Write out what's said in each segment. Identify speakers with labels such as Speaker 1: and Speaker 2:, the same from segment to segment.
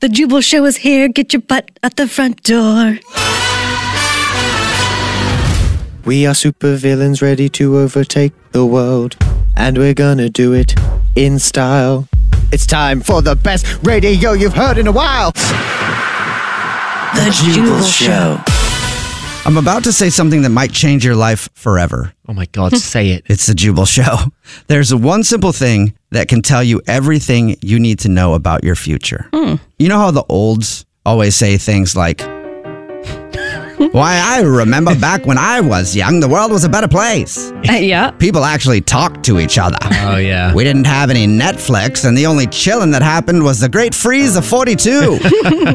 Speaker 1: The Jubal Show is here. Get your butt at the front door.
Speaker 2: We are supervillains ready to overtake the world, and we're gonna do it in style. It's time for the best radio you've heard in a while.
Speaker 3: The Jubal Show. I'm about to say something that might change your life forever.
Speaker 4: Oh my God, say it.
Speaker 3: It's the Jubal Show. There's one simple thing that can tell you everything you need to know about your future. You know how the olds always say things like, Why, I remember back when I was young, the world was a better place.
Speaker 1: Uh, yeah.
Speaker 3: People actually talked to each other.
Speaker 4: Oh, yeah.
Speaker 3: We didn't have any Netflix, and the only chilling that happened was the Great Freeze of 42,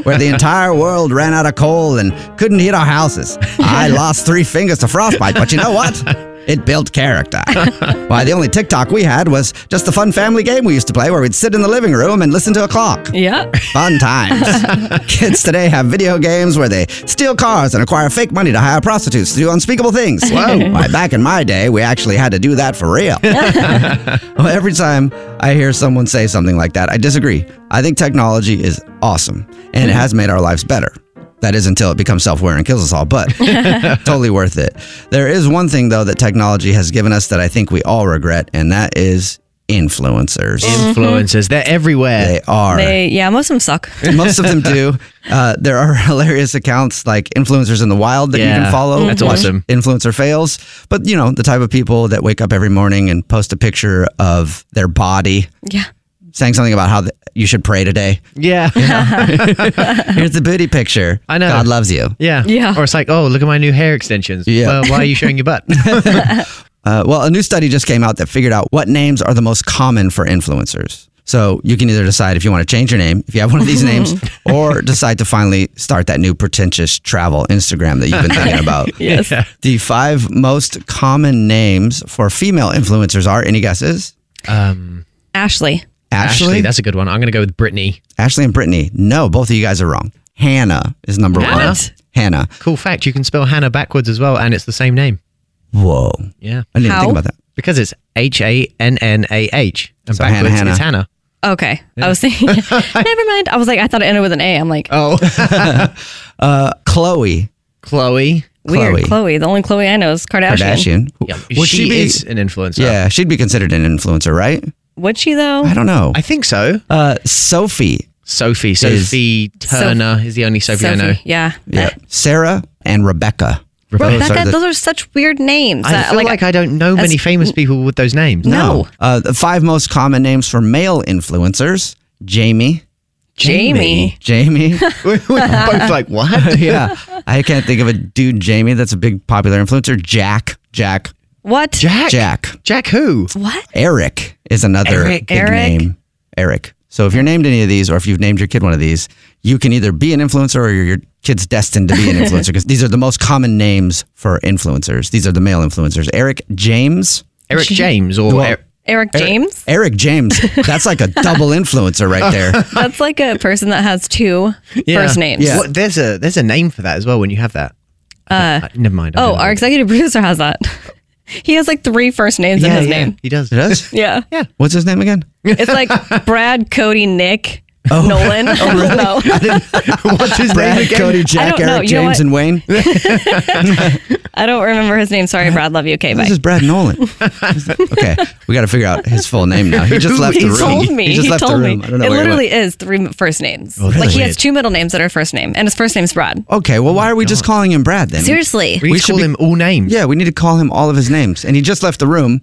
Speaker 3: where the entire world ran out of coal and couldn't heat our houses. I lost three fingers to frostbite, but you know what? It built character. Why, the only TikTok we had was just the fun family game we used to play where we'd sit in the living room and listen to a clock.
Speaker 1: Yeah.
Speaker 3: Fun times. Kids today have video games where they steal cars and acquire fake money to hire prostitutes to do unspeakable things. Whoa. Why, back in my day, we actually had to do that for real. well, every time I hear someone say something like that, I disagree. I think technology is awesome and it has made our lives better. That is until it becomes self aware and kills us all, but totally worth it. There is one thing, though, that technology has given us that I think we all regret, and that is influencers.
Speaker 4: Influencers, they're everywhere.
Speaker 3: They are.
Speaker 1: They, yeah, most of them suck.
Speaker 3: Most of them do. Uh, there are hilarious accounts like influencers in the wild that you
Speaker 4: Yeah,
Speaker 3: can follow.
Speaker 4: that's
Speaker 3: Watch
Speaker 4: awesome.
Speaker 3: Influencer fails, but you know the type of people that wake up every morning and post a picture of their body,
Speaker 1: Yeah.
Speaker 3: saying something about how th- you should pray today.
Speaker 4: yeah.
Speaker 3: Here's the booty picture.
Speaker 4: I know.
Speaker 3: God loves you.
Speaker 4: yeah.
Speaker 1: Yeah.
Speaker 4: Or it's like, oh, look at my new hair extensions.
Speaker 3: Yeah.
Speaker 4: Well, why are you showing your butt?
Speaker 3: Uh, well, a new study just came out that figured out what names are the most common for influencers. So you can either decide if you want to change your name, if you have one of these names, or decide to finally start that new pretentious travel Instagram that you've been thinking about.
Speaker 1: Yes.
Speaker 3: The five most common names for female influencers are any guesses?
Speaker 4: Um,
Speaker 1: Ashley.
Speaker 3: Ashley,
Speaker 4: Ashley, that's a good one. I'm going to go with Brittany.
Speaker 3: Ashley and Brittany. No, both of you guys are wrong. Hannah is number one.
Speaker 4: What?
Speaker 3: Hannah.
Speaker 4: Cool fact, you can spell Hannah backwards as well, and it's the same name.
Speaker 3: Whoa.
Speaker 4: Yeah.
Speaker 3: I didn't even
Speaker 1: How?
Speaker 3: think about that.
Speaker 4: Because it's H A N N A H. And
Speaker 3: So Hannah,
Speaker 4: backwards it's Hannah.
Speaker 1: Okay. I was thinking, never mind. I was like, I thought it ended with an A. I'm like,
Speaker 4: Oh.
Speaker 3: Uh, Chloe
Speaker 4: Chloe.
Speaker 1: weird.
Speaker 3: Chloe.
Speaker 1: Chloe. The only Chloe I know is Kardashian.
Speaker 3: Kardashian.
Speaker 4: Yeah.
Speaker 3: Would
Speaker 4: she,
Speaker 3: she, be?
Speaker 4: is an influencer.
Speaker 3: yeah, she'd be considered an influencer, right?
Speaker 1: Would she, though?
Speaker 3: I don't know.
Speaker 4: I think so.
Speaker 3: Uh, Sophie.
Speaker 4: Sophie. Sophie Turner is the only Sophie, I know.
Speaker 1: Yeah.
Speaker 3: Yeah. Sarah and Rebecca.
Speaker 1: Rebecca,
Speaker 3: Those are the-
Speaker 1: those are such weird names.
Speaker 4: I
Speaker 1: that,
Speaker 4: feel like, I don't know many
Speaker 1: that's-
Speaker 4: famous people with those names.
Speaker 1: No.
Speaker 3: Uh, the five most common names for male influencers: Jamie,
Speaker 1: Jamie.
Speaker 3: Jamie,
Speaker 4: We're both like, what?
Speaker 3: yeah. I can't think of a dude, Jamie, that's a big popular influencer. Jack, Jack,
Speaker 1: What?
Speaker 4: Jack?
Speaker 3: Jack.
Speaker 4: Jack who?
Speaker 1: What?
Speaker 3: Eric is another
Speaker 4: Eric.
Speaker 3: big
Speaker 1: Eric.
Speaker 3: name. Eric. So if you're named any of these, or if you've named your kid one of these, you can either be an influencer or your, your kid's destined to be an influencer because these are the most common names for influencers. These are the male influencers. Eric James.
Speaker 4: Eric James or
Speaker 3: Well,
Speaker 4: Er-
Speaker 5: Eric James.
Speaker 3: Eric James. That's like a double influencer
Speaker 4: Oh.
Speaker 3: right there.
Speaker 5: That's like a person that has two first
Speaker 4: Yeah.
Speaker 5: names.
Speaker 3: Yeah.
Speaker 4: What, there's a there's a name for that as well when you have that. Uh, never mind. I
Speaker 5: Oh,
Speaker 4: don't know.
Speaker 5: our executive producer has that. He has like three first names in
Speaker 4: yeah,
Speaker 5: his
Speaker 4: yeah,
Speaker 5: name.
Speaker 4: He does.
Speaker 3: It is?
Speaker 5: Yeah.
Speaker 3: What's his name again? Oh.
Speaker 5: It's like Brad, Cody, Nick, Nolan. I don't know.
Speaker 4: What's his
Speaker 3: Brad,
Speaker 4: name again?
Speaker 3: Cody,
Speaker 5: I
Speaker 3: Jack,
Speaker 5: don't know.
Speaker 3: Eric,
Speaker 5: You know
Speaker 3: James,
Speaker 5: what?
Speaker 3: and Wayne.
Speaker 5: I don't remember his name. Sorry, Brad. Love you. Okay, bye.
Speaker 3: This is Brad Nolan. okay, we got to figure out his full name now. He just
Speaker 4: Who
Speaker 3: left the
Speaker 4: is
Speaker 3: room.
Speaker 5: He told me.
Speaker 3: He just left the
Speaker 5: told
Speaker 3: room.
Speaker 5: me.
Speaker 3: I don't know
Speaker 5: it
Speaker 3: where he
Speaker 5: literally
Speaker 3: went. Oh,
Speaker 5: is three first names.
Speaker 4: that's
Speaker 5: like he
Speaker 4: weird.
Speaker 5: has two middle names that are first name, and his first name's Brad.
Speaker 3: Okay, well, why are we just calling him Brad then?
Speaker 5: Oh Seriously.
Speaker 4: We,
Speaker 3: We
Speaker 4: should
Speaker 3: should
Speaker 4: call
Speaker 3: be-
Speaker 4: him all names.
Speaker 3: Yeah, we need to call him all of his names. And he just left the room.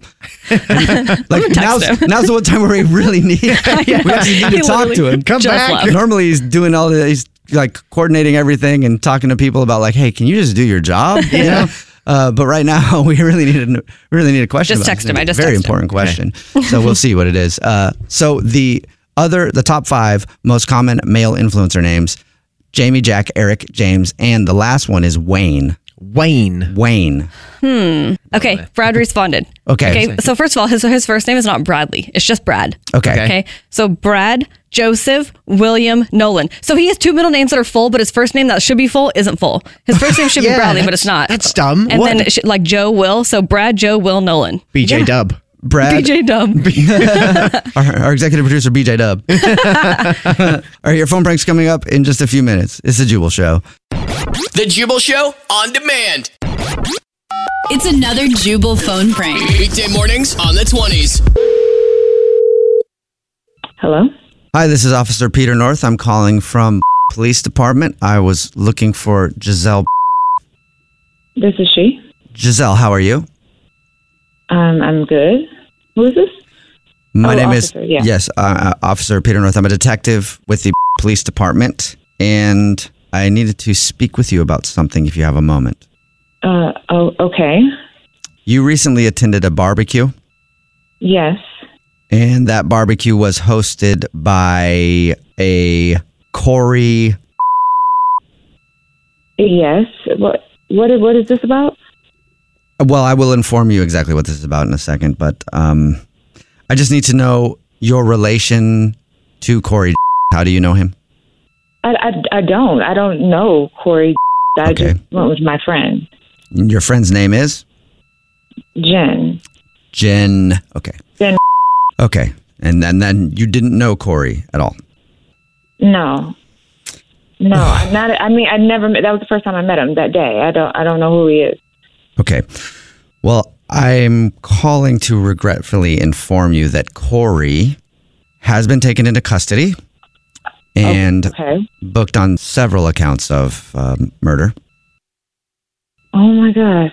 Speaker 3: like now's,
Speaker 5: him.
Speaker 3: now's the one time where we really need we actually need
Speaker 5: He
Speaker 3: to talk to
Speaker 5: literally
Speaker 3: him.
Speaker 5: Come just back. left.
Speaker 3: Normally he's doing all the he's like coordinating everything and talking to people about like, hey, can you just do your job? You know? Uh, but right now we really need a we really need a question.
Speaker 5: Just
Speaker 3: about
Speaker 5: text
Speaker 3: this.
Speaker 5: him. I just
Speaker 3: very
Speaker 5: text him.
Speaker 3: important question. so we'll see what it is. Uh, so the other the top five most common male influencer names: Jamie, Jack, Eric, James, and the last one is Wayne.
Speaker 4: Wayne.
Speaker 3: Wayne.
Speaker 5: Hmm. Okay, Brad responded.
Speaker 3: Okay.
Speaker 5: Okay. So first of all, his his first name is not Bradley. It's just Brad.
Speaker 3: Okay.
Speaker 5: Okay. So Brad Joseph William Nolan. So he has two middle names that are full, but his first name that should be full isn't full. His first name should
Speaker 4: Yeah,
Speaker 5: be Bradley, but it's
Speaker 4: that's-
Speaker 5: not.
Speaker 4: that's dumb.
Speaker 5: And
Speaker 4: What?
Speaker 5: then it should, like Joe Will. So Brad Joe Will Nolan.
Speaker 4: BJ Dub.
Speaker 3: Brad,
Speaker 5: BJ Dub.
Speaker 3: our, our executive producer, BJ Dub. All right, your phone prank's coming up in just a few minutes. It's the Jubal Show.
Speaker 6: The Jubal Show on demand.
Speaker 7: It's another Jubal phone prank.
Speaker 6: Weekday mornings on the 20s.
Speaker 8: Hello?
Speaker 3: Hi, this is Officer Peter North. I'm calling from Police Department. I was looking for Giselle.
Speaker 8: This is she.
Speaker 3: Giselle, how are you?
Speaker 8: Um, I'm good. Who is this?
Speaker 3: My
Speaker 8: Oh,
Speaker 3: name
Speaker 8: officer,
Speaker 3: is
Speaker 8: yeah.
Speaker 3: yes, uh, uh, Officer Peter North. I'm a detective with the Police Department, and I needed to speak with you about something. If you have a moment,
Speaker 8: Uh, oh, okay.
Speaker 3: you recently attended a barbecue.
Speaker 8: Yes.
Speaker 3: And that barbecue was hosted by a Corey.
Speaker 8: Yes. What, what, what is this about?
Speaker 3: Well, I will inform you exactly what this is about in a second, but um, I just need to know your relation to Corey. How do you know him?
Speaker 8: I, I, I don't. I don't know Corey. I
Speaker 3: Okay.
Speaker 8: just went with my friend,
Speaker 3: Your friend's name is
Speaker 8: Jen.
Speaker 3: Jen. Okay.
Speaker 8: Jen.
Speaker 3: Okay. And then, then you didn't know Corey at all.
Speaker 8: No. No, I'm not. I mean, I never met. That was the first time I met him that day. I don't. I don't know who he is.
Speaker 3: Okay. Well, I'm calling to regretfully inform you that Corey has been taken into custody and
Speaker 8: Okay.
Speaker 3: booked on several accounts of um, murder.
Speaker 8: Oh my God.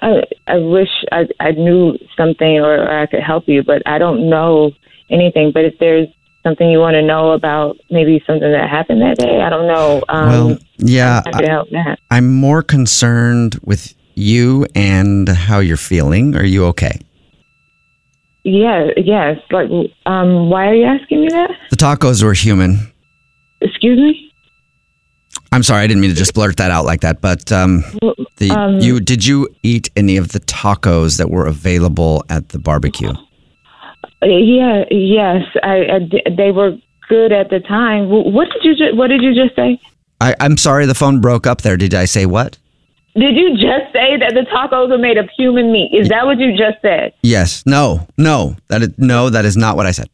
Speaker 8: I, I wish I, I knew something or, or I could help you, but I don't know anything. But if there's something you want to know about, maybe something that happened that day, I don't know. Um,
Speaker 3: well, yeah,
Speaker 8: I could help that.
Speaker 3: I, am more concerned with you and how you're feeling. Are you okay?
Speaker 8: Yeah, yes. Like, um, why are you asking me that?
Speaker 3: The tacos were human.
Speaker 8: Excuse me.
Speaker 3: I'm sorry, I didn't mean to just blurt that out like that. But um, the you did you eat any of the tacos that were available at the barbecue?
Speaker 8: Uh, Yeah, yes. I, I d- they were good at the time. Wh- What did you ju- What did you just say?
Speaker 3: I, I'm sorry, the phone broke up there. Did I say what?
Speaker 8: Did you just say that the tacos are made of human meat? Is that what you just said?
Speaker 3: Yes. No. No. That is, no. That is not what I said.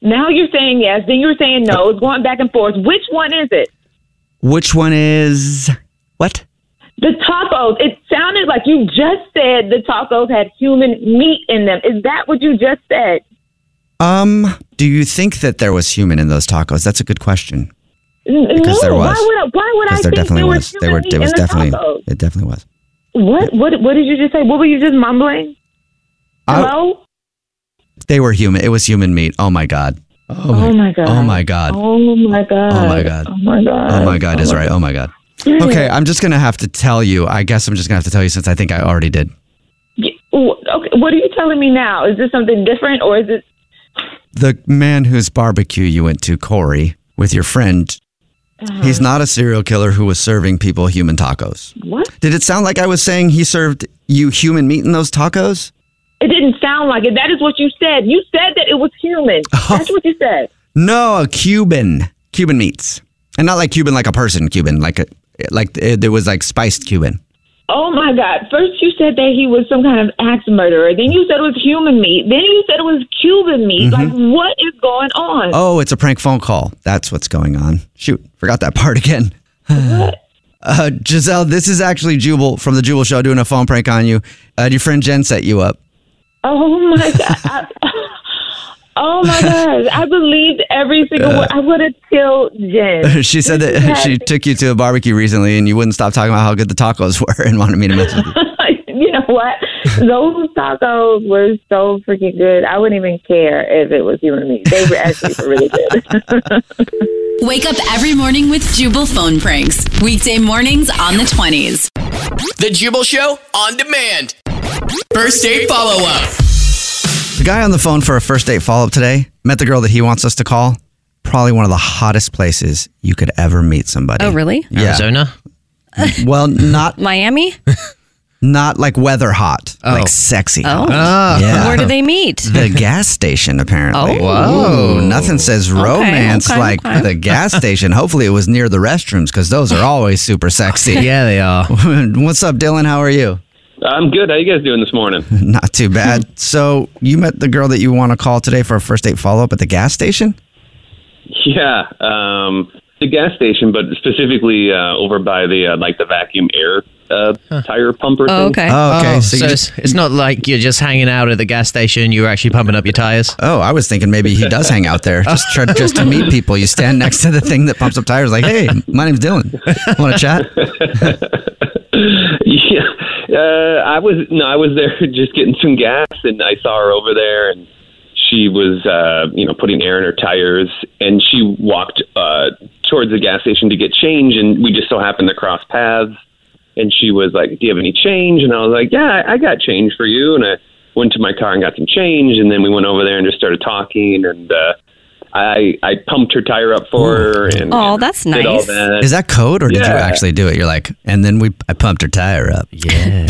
Speaker 8: Now you're saying yes, then you're saying no. It's going back and forth. Which one is it?
Speaker 3: Which one is what?
Speaker 8: The tacos. It sounded like you just said the tacos had human meat in them. Is that what you just said?
Speaker 3: Um, do you think that there was human in those tacos? That's a good question.
Speaker 8: N- no,
Speaker 3: Because there was.
Speaker 8: Why would I, why would I
Speaker 3: Because there
Speaker 8: think
Speaker 3: definitely
Speaker 8: there was,
Speaker 3: was. They
Speaker 8: human
Speaker 3: were.
Speaker 8: meat
Speaker 3: It was
Speaker 8: in
Speaker 3: definitely.
Speaker 8: the tacos?
Speaker 3: It definitely was.
Speaker 8: What? What? What did you just say? What were you just mumbling?
Speaker 3: I-
Speaker 8: Hello?
Speaker 3: Uh, they were human. It was human meat. Oh my god. Oh,
Speaker 8: Oh my god.
Speaker 3: Oh my god.
Speaker 8: Oh my god.
Speaker 3: Oh my God.
Speaker 8: Oh my god.
Speaker 3: Oh my god is right. Oh my god. Okay, I'm just gonna have to tell you. I guess I'm just gonna have to tell you since I think I already did.
Speaker 8: Y- wh- Okay, what are you telling me now? Is this something different or is it?
Speaker 3: The man whose barbecue you went to, Corey, with your friend
Speaker 8: Uh-huh. uh,
Speaker 3: He's not a serial killer who was serving people human tacos.
Speaker 8: What?
Speaker 3: Did it sound like I was saying he served you human meat in those tacos?
Speaker 8: It didn't sound like it. That is what you said. You said that it was human. That's what you said.
Speaker 3: No, Cuban, Cuban meats, and not like Cuban, like a person Cuban, like a like it, there was like spiced Cuban.
Speaker 8: Oh my God. First, you said that he was some kind of axe murderer. Then you said it was human meat. Then you said it was Cuban meat. Like, what is going on?
Speaker 3: Mm-hmm. Oh, it's a prank phone call. That's what's going on. Shoot, forgot that part again. uh, Giselle, this is actually Jubal from the Jubal Show doing a phone prank on you. Uh, your friend Jen set you up.
Speaker 8: Oh my god! I, oh my god! I believed every single word. I would have killed Jen.
Speaker 3: Uh. she said that she took you to a barbecue recently, and you wouldn't stop talking about how good the tacos were, and wanted me to mess with you.
Speaker 8: you know what? Those tacos were so freaking good. I wouldn't even care if it was human meat. They were actually really good.
Speaker 7: Wake up every morning with Jubal phone pranks. Weekday mornings on the 20s.
Speaker 6: The Jubal Show on demand. First date follow up.
Speaker 3: The guy on the phone for a first date follow up today met the girl that he wants us to call. Probably one of the hottest places you could ever meet somebody.
Speaker 5: Oh, really?
Speaker 3: Arizona? well, not
Speaker 5: Miami?
Speaker 3: not like weather hot, like sexy.
Speaker 5: Oh.
Speaker 3: hot. Yeah.
Speaker 5: Where do they meet?
Speaker 3: The gas station, apparently.
Speaker 5: Oh. Whoa.
Speaker 3: Ooh, Nothing says romance
Speaker 5: okay,
Speaker 3: like
Speaker 5: okay.
Speaker 3: the gas station. Hopefully, it was near the restrooms because those are always super sexy.
Speaker 9: Yeah,
Speaker 3: they are. What's up, Dylan? How are you?
Speaker 9: I'm good. How you guys doing this morning?
Speaker 3: Not too bad. so, you met the girl that you want to call today for a first date follow up at the gas station?
Speaker 9: Yeah, um, the gas station, but specifically uh, over by the uh, like the vacuum air uh, tire pumper.
Speaker 5: oh,
Speaker 9: thing.
Speaker 4: Oh,
Speaker 9: Oh,
Speaker 4: So, it's, it's not like you're just hanging out at the gas station. You're actually pumping up your tires.
Speaker 3: Oh, I was thinking maybe he does hang out there just try, just to meet people. You stand next to the thing that pumps up tires, like, hey, my name's Dylan. Want to chat?
Speaker 9: yeah, uh, I was no, I was there just getting some gas, and I saw her over there, and she was uh, you know putting air in her tires, and she walked uh, towards the gas station to get change, and we just so happened to cross paths, and she was like, "Do you have any change?" And I was like, "Yeah, I I got change for you," and I went to my car and got some change, and then we went over there and just started talking, and. uh I, I pumped her tire up for her and
Speaker 5: Oh, that's
Speaker 9: did all
Speaker 5: nice.
Speaker 9: that.
Speaker 3: Is that code, or did you
Speaker 9: Yeah.
Speaker 3: actually do it? You're like, and then we I pumped her tire up. Yeah.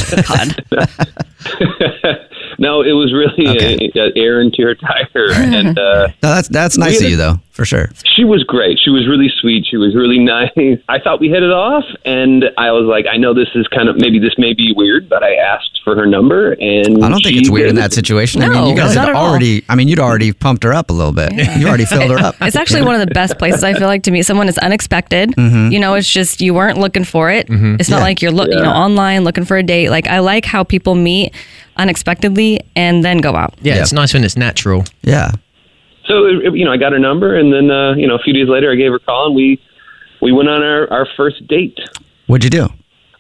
Speaker 9: No, it was really uh uh, air into her tire, and uh,
Speaker 3: No, that's that's
Speaker 9: We
Speaker 3: nice
Speaker 9: had
Speaker 3: of
Speaker 9: a-
Speaker 3: you though, for sure.
Speaker 9: she was great. She was really sweet. She was really nice. I thought we hit it off, and I was like, I know this is kind of maybe this may be weird, but I asked for her number, and
Speaker 3: I don't think it's
Speaker 9: she
Speaker 3: weird in
Speaker 9: gave
Speaker 3: that
Speaker 9: it-
Speaker 3: situation. I mean,
Speaker 5: No,
Speaker 3: you guys
Speaker 5: not
Speaker 3: had
Speaker 5: at all.
Speaker 3: already. I mean, you'd already pumped her up a little bit. You already filled her up.
Speaker 5: It's actually one of the best places I feel like to meet someone. It's unexpected.
Speaker 3: Mhm.
Speaker 5: You know, it's just you weren't looking for it.
Speaker 3: Mhm.
Speaker 5: It's not
Speaker 3: Yeah.
Speaker 5: like you're look, you know,
Speaker 3: Yeah.
Speaker 5: online looking for a date. Like I like how people meet unexpectedly and then go out.
Speaker 4: Yeah, it's nice when it's natural.
Speaker 3: Yeah.
Speaker 9: So it- you know, I got her number, and then uh, you know, a few days later, I gave her a call, and we we went on our, our first date.
Speaker 3: What'd you do?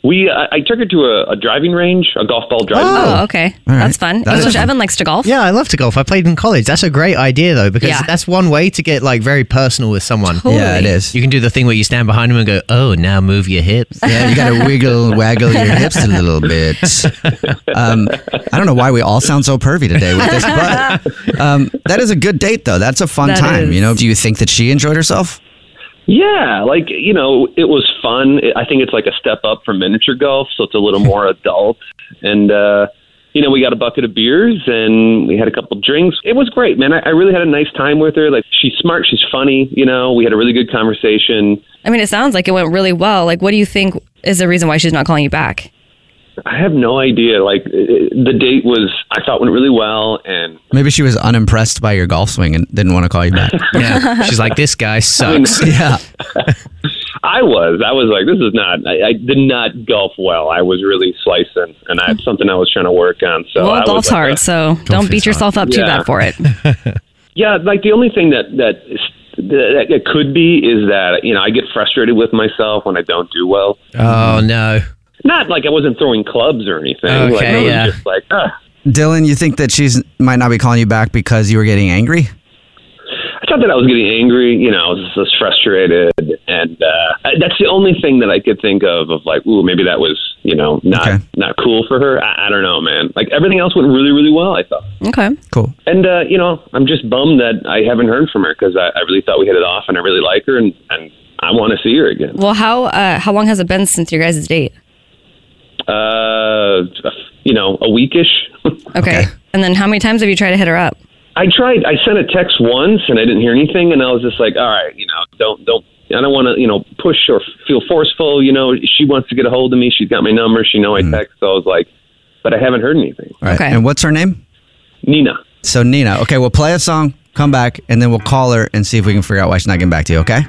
Speaker 9: We I, I took her to a, a driving range, a golf ball driving. range.
Speaker 5: Oh, okay. That's fun.
Speaker 4: That is
Speaker 5: English
Speaker 4: fun.
Speaker 5: Evan likes to golf.
Speaker 4: Yeah, I love to golf. I played in college. That's a great idea though, because
Speaker 5: Yeah.
Speaker 4: that's one way to get like very personal with someone.
Speaker 5: Yeah, it Totally.
Speaker 4: is. You can do the thing where you stand behind them and go, "Oh, now move your hips."
Speaker 3: Yeah, you gotta wiggle, waggle your hips a little bit. Um, I don't know why we all sound so pervy today with this, but um, that is a good date though. That's a fun
Speaker 9: That
Speaker 3: time.
Speaker 9: is.
Speaker 3: You know, do you think that she enjoyed herself?
Speaker 9: Yeah, like you know, it was fun. I think it's like a step up from miniature golf, so it's a little more adult. And uh, you know, we got a bucket of beers and we had a couple drinks. It was great, man. I, I really had a nice time with her. Like she's smart, she's funny. You know, we had a really good conversation.
Speaker 5: I mean, it sounds like it went really well. Like, what do you think is the reason why she's not calling you back?
Speaker 9: I have no idea. Like i- i- the date was, I thought went really well, and
Speaker 3: Maybe she was unimpressed by your golf swing and didn't want to call you back.
Speaker 9: Yeah. She's like,
Speaker 3: this guy
Speaker 9: sucks."
Speaker 3: yeah.
Speaker 9: I was, I was like, this is not. I, I did not golf well. I was really slicing, and I had something I was trying to work on. So Oh, I
Speaker 5: well,
Speaker 9: was
Speaker 5: golf's
Speaker 9: like,
Speaker 5: hard, so don't beat yourself up too
Speaker 9: Yeah.
Speaker 5: bad for it.
Speaker 9: Yeah, like the only thing that that that it could be is that you know I get frustrated with myself when I don't do well.
Speaker 4: Oh no.
Speaker 9: Not like I wasn't throwing clubs or anything. like,
Speaker 4: Okay,
Speaker 9: I was
Speaker 4: yeah.
Speaker 9: just like, ah.
Speaker 3: Dylan, you think that she's might not be calling you back because you were getting angry?
Speaker 9: I It's not that I was getting angry, you know, I was just frustrated, and uh, I- that's the only thing that I could think of of like, ooh, maybe that was, you know, not not cool for her. I, I don't know, man. Like everything else went really, really well. I thought.
Speaker 5: Okay.
Speaker 3: Cool.
Speaker 9: And uh, you know, I'm just bummed that I haven't heard from her because I, I really thought we hit it off, and I really like her, and and I want to see her again.
Speaker 5: Well, how uh, how long has it been since your guys' date?
Speaker 9: Uh, you know, a weekish.
Speaker 5: Okay. And then how many times have you tried to hit her up?
Speaker 9: I tried. I sent a text once, and I didn't hear anything, and I was just like, all right, you know, don't don't. I don't want to, you know, push or feel forceful. You know, she wants to get a hold of me. She's got my number. She know I
Speaker 3: Hmm.
Speaker 9: text. So I was like, but I haven't heard anything.
Speaker 3: All right. And what's her name?
Speaker 9: Nina.
Speaker 3: So Nina. Okay, we'll play a song, come back, and then we'll call her and see if we can figure out why she's not getting back to you. Okay.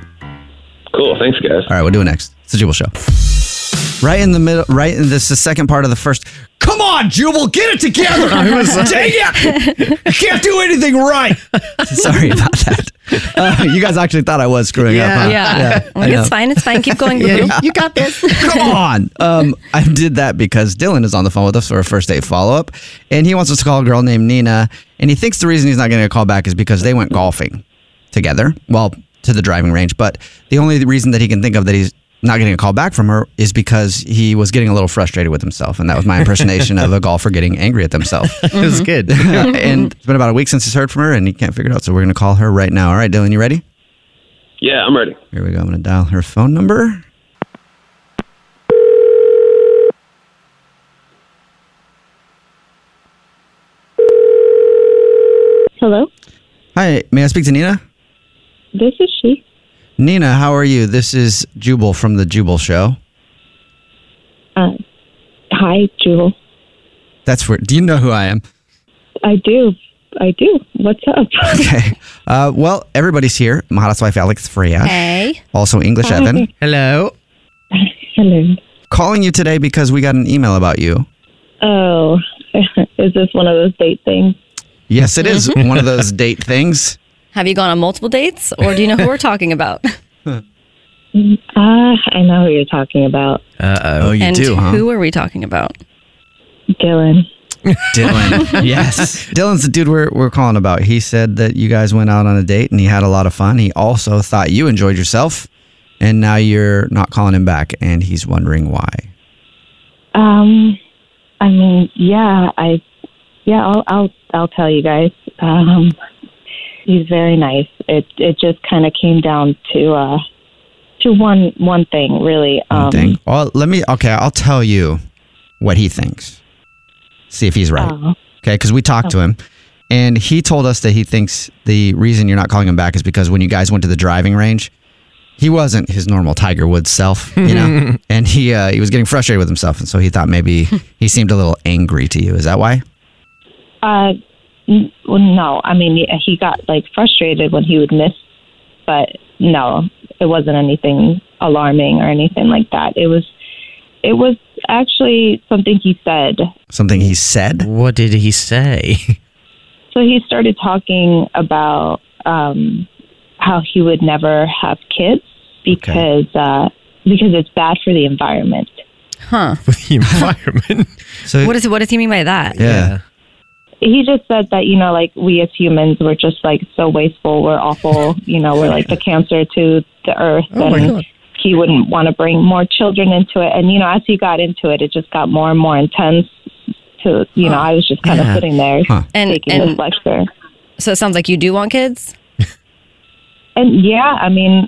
Speaker 9: Cool. Thanks, guys.
Speaker 3: All right, we'll do it next. It's the Jubal Show. Right in the middle. Right in this is the second part of the first. Come on, Jubal, get it together.
Speaker 10: I was like-
Speaker 3: Dang it! You can't do anything right. Sorry about that. Uh, you guys actually thought I was screwing up. Huh?
Speaker 5: Yeah. I'm like,
Speaker 3: I know.
Speaker 5: it's fine. It's fine. Keep going.
Speaker 3: Yeah,
Speaker 5: boo-boo."
Speaker 3: you-
Speaker 10: you got this.
Speaker 3: Come on. Um, I did that because Dylan is on the phone with us for a first date follow up, and he wants us to call a girl named Nina. And he thinks the reason he's not getting a call back is because they went golfing together, well, to the driving range. But the only reason that he can think of that he's not getting a call back from her is because he was getting a little frustrated with himself. And that was my impersonation of a golfer getting angry at themselves. it
Speaker 5: Mm-hmm.
Speaker 4: was good.
Speaker 3: and it's been about a week since he's heard from her, and he can't figure it out. So we're going to call her right now. All right, Dylan, you ready?
Speaker 9: Yeah, I'm ready.
Speaker 3: Here we go. I'm going to dial her phone number.
Speaker 11: Hello,
Speaker 3: Hi, may I speak to Nina?
Speaker 11: this is she.
Speaker 3: Nina, how are you? This is Jubal from the Jubal Show.
Speaker 11: Uh, hi, Jewel.
Speaker 3: That's where. Do you know who I am?
Speaker 11: I do. I do. What's up?
Speaker 3: Okay. Uh, well, everybody's here. My hottest wife, Alex Freya.
Speaker 11: Hey.
Speaker 3: Also, English
Speaker 11: Hi.
Speaker 3: Evan. Hello.
Speaker 11: Hello.
Speaker 3: Calling you today because we got an email about you.
Speaker 11: Oh, is this one of those date things?
Speaker 3: Yes, it is
Speaker 11: Mm-hmm.
Speaker 3: one of those date things.
Speaker 5: Have you gone on multiple dates, or do you know who we're talking about?
Speaker 11: Ah, I know who you're talking about,
Speaker 3: Uh oh.
Speaker 5: and Who are we talking about?
Speaker 11: Dylan.
Speaker 3: Dylan. yes. Dylan's the dude we're, we're calling about. He said that you guys went out on a date and he had a lot of fun. He also thought you enjoyed yourself. And now you're not calling him back. And he's wondering why.
Speaker 11: Um, I mean, yeah, I, yeah, I'll, I'll, I'll tell you guys. Um, he's very nice. It, it just kind of came down to, uh, to one, one thing really. Um,
Speaker 3: Dang. Well, let me. Okay, I'll tell you what he thinks. See if he's right.
Speaker 11: Oh.
Speaker 3: Okay, because we talked to him, and he told us that he thinks the reason you're not calling him back is because when you guys went to the driving range, he wasn't his normal Tiger Woods self, you know, and he uh, he was getting frustrated with himself, and so he thought maybe he seemed a little angry to you. Is that why?
Speaker 11: Uh, n- well, no. I mean, y- he got like frustrated when he would miss, but no, it wasn't anything alarming or anything like that. It was, it was actually something he said.
Speaker 3: Something he said.
Speaker 4: What did he say?
Speaker 11: So he started talking about um, how he would never have kids because uh, because it's bad for the environment.
Speaker 5: Huh?
Speaker 4: the environment.
Speaker 3: So
Speaker 5: what is what does he mean by that?
Speaker 3: Yeah.
Speaker 11: he just said that you know like we as humans we're just like so wasteful we're awful you know we're like the cancer to the earth
Speaker 10: Oh, my
Speaker 11: and
Speaker 10: God.
Speaker 11: he wouldn't want to bring more children into it and you know as he got into it it just got more and more intense to you know i was just kind
Speaker 5: Yeah.
Speaker 11: of sitting there
Speaker 5: And-
Speaker 11: taking
Speaker 5: and-
Speaker 11: this lecture
Speaker 5: So it sounds like you do want kids.
Speaker 11: and yeah i mean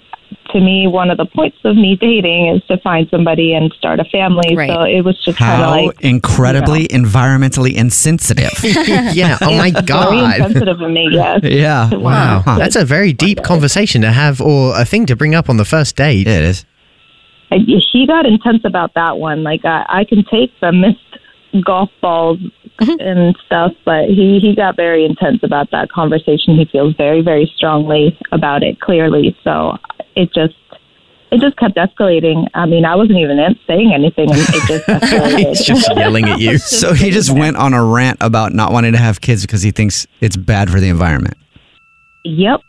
Speaker 11: to me one of the points of me dating is to find somebody and start a family so it was just kind of
Speaker 3: How
Speaker 11: like
Speaker 3: incredibly environmentally insensitive.
Speaker 4: yeah. Oh my
Speaker 11: It's very
Speaker 4: god.
Speaker 11: insensitive of me yes
Speaker 3: Yeah.
Speaker 4: Wow.
Speaker 3: Huh.
Speaker 4: That's a very deep conversation to have, or a thing to bring up on the first date.
Speaker 3: it is.
Speaker 11: And he got intense about that one. Like I, I can take the missed golf balls
Speaker 5: Mm-hmm.
Speaker 11: and stuff, but he he got very intense about that conversation. He feels very very strongly about it. Clearly, so it just. It just kept escalating. I mean, I wasn't even in- saying anything, and it just escalated.
Speaker 4: yelling at you.
Speaker 3: so he just went on a rant about not wanting to have kids because he thinks it's bad for the environment.
Speaker 11: yep,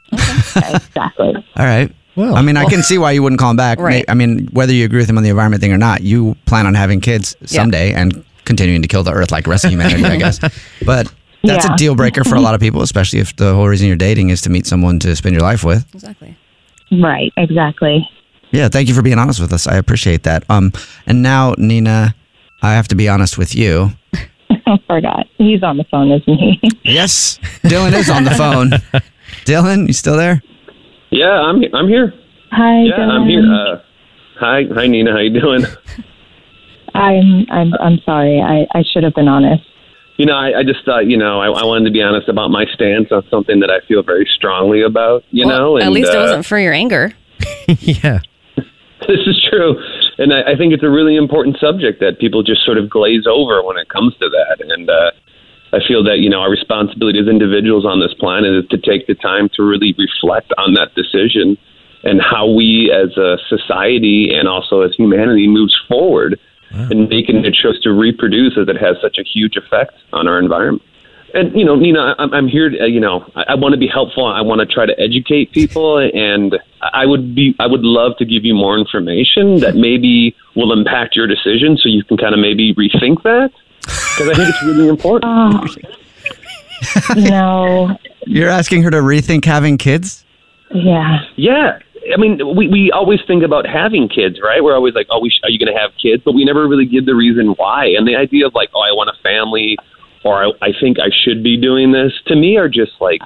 Speaker 11: exactly.
Speaker 3: All right. Well, I mean, I can see why you wouldn't call him back. May-
Speaker 11: Right.
Speaker 3: I mean, whether you agree with him on the environment thing or not, you plan on having kids
Speaker 11: Yeah.
Speaker 3: someday and continuing to kill the earth like the rest of humanity, I guess. But That's
Speaker 11: Yeah.
Speaker 3: a deal breaker for a lot of people, especially if the whole reason you're dating is to meet someone to spend your life with.
Speaker 11: Exactly. Right, exactly.
Speaker 3: Yeah, thank you for being honest with us. I appreciate that. Um, and now Nina, I have to be honest with you.
Speaker 11: I forgot. He's on the phone, isn't he?
Speaker 3: Yes, Dylan is on the phone. Dylan, you still there?
Speaker 9: Yeah, I'm I'm here.
Speaker 11: Hi,
Speaker 9: yeah, I'm
Speaker 11: Dylan.
Speaker 9: here. Uh, hi, hi, Nina. How you doing?
Speaker 11: I'm I'm I'm sorry. I, I should have been honest.
Speaker 9: You know, I, I just thought, you know, I, I wanted to be honest about my stance on something that I feel very strongly about. You know,
Speaker 5: At
Speaker 9: and,
Speaker 5: least it
Speaker 9: uh,
Speaker 5: wasn't for your anger.
Speaker 9: This is true, and I, I think it's a really important subject that people just sort of glaze over when it comes to that. And uh, I feel that you know our responsibility as individuals on this planet is to take the time to really reflect on that decision and how we, as a society and also as humanity, moves forward and making the choice to reproduce as it has such a huge effect on our environment. And you know, Nina, I- I'm, I'm here. To, uh, you know, I, I want to be helpful. I want to try to educate people, and I I would be, I would love to give you more information that maybe will impact your decision, so you can kind of maybe rethink that because I think it's really important.
Speaker 11: No.
Speaker 3: You're asking her to rethink having kids?
Speaker 11: Yeah.
Speaker 9: Yeah. I mean, we, we always think about having kids, right? We're always like, oh, we sh- are you going to have kids? But we never really give the reason why. And the idea of like, oh, I want a family or I, I think I should be doing this, to me are just like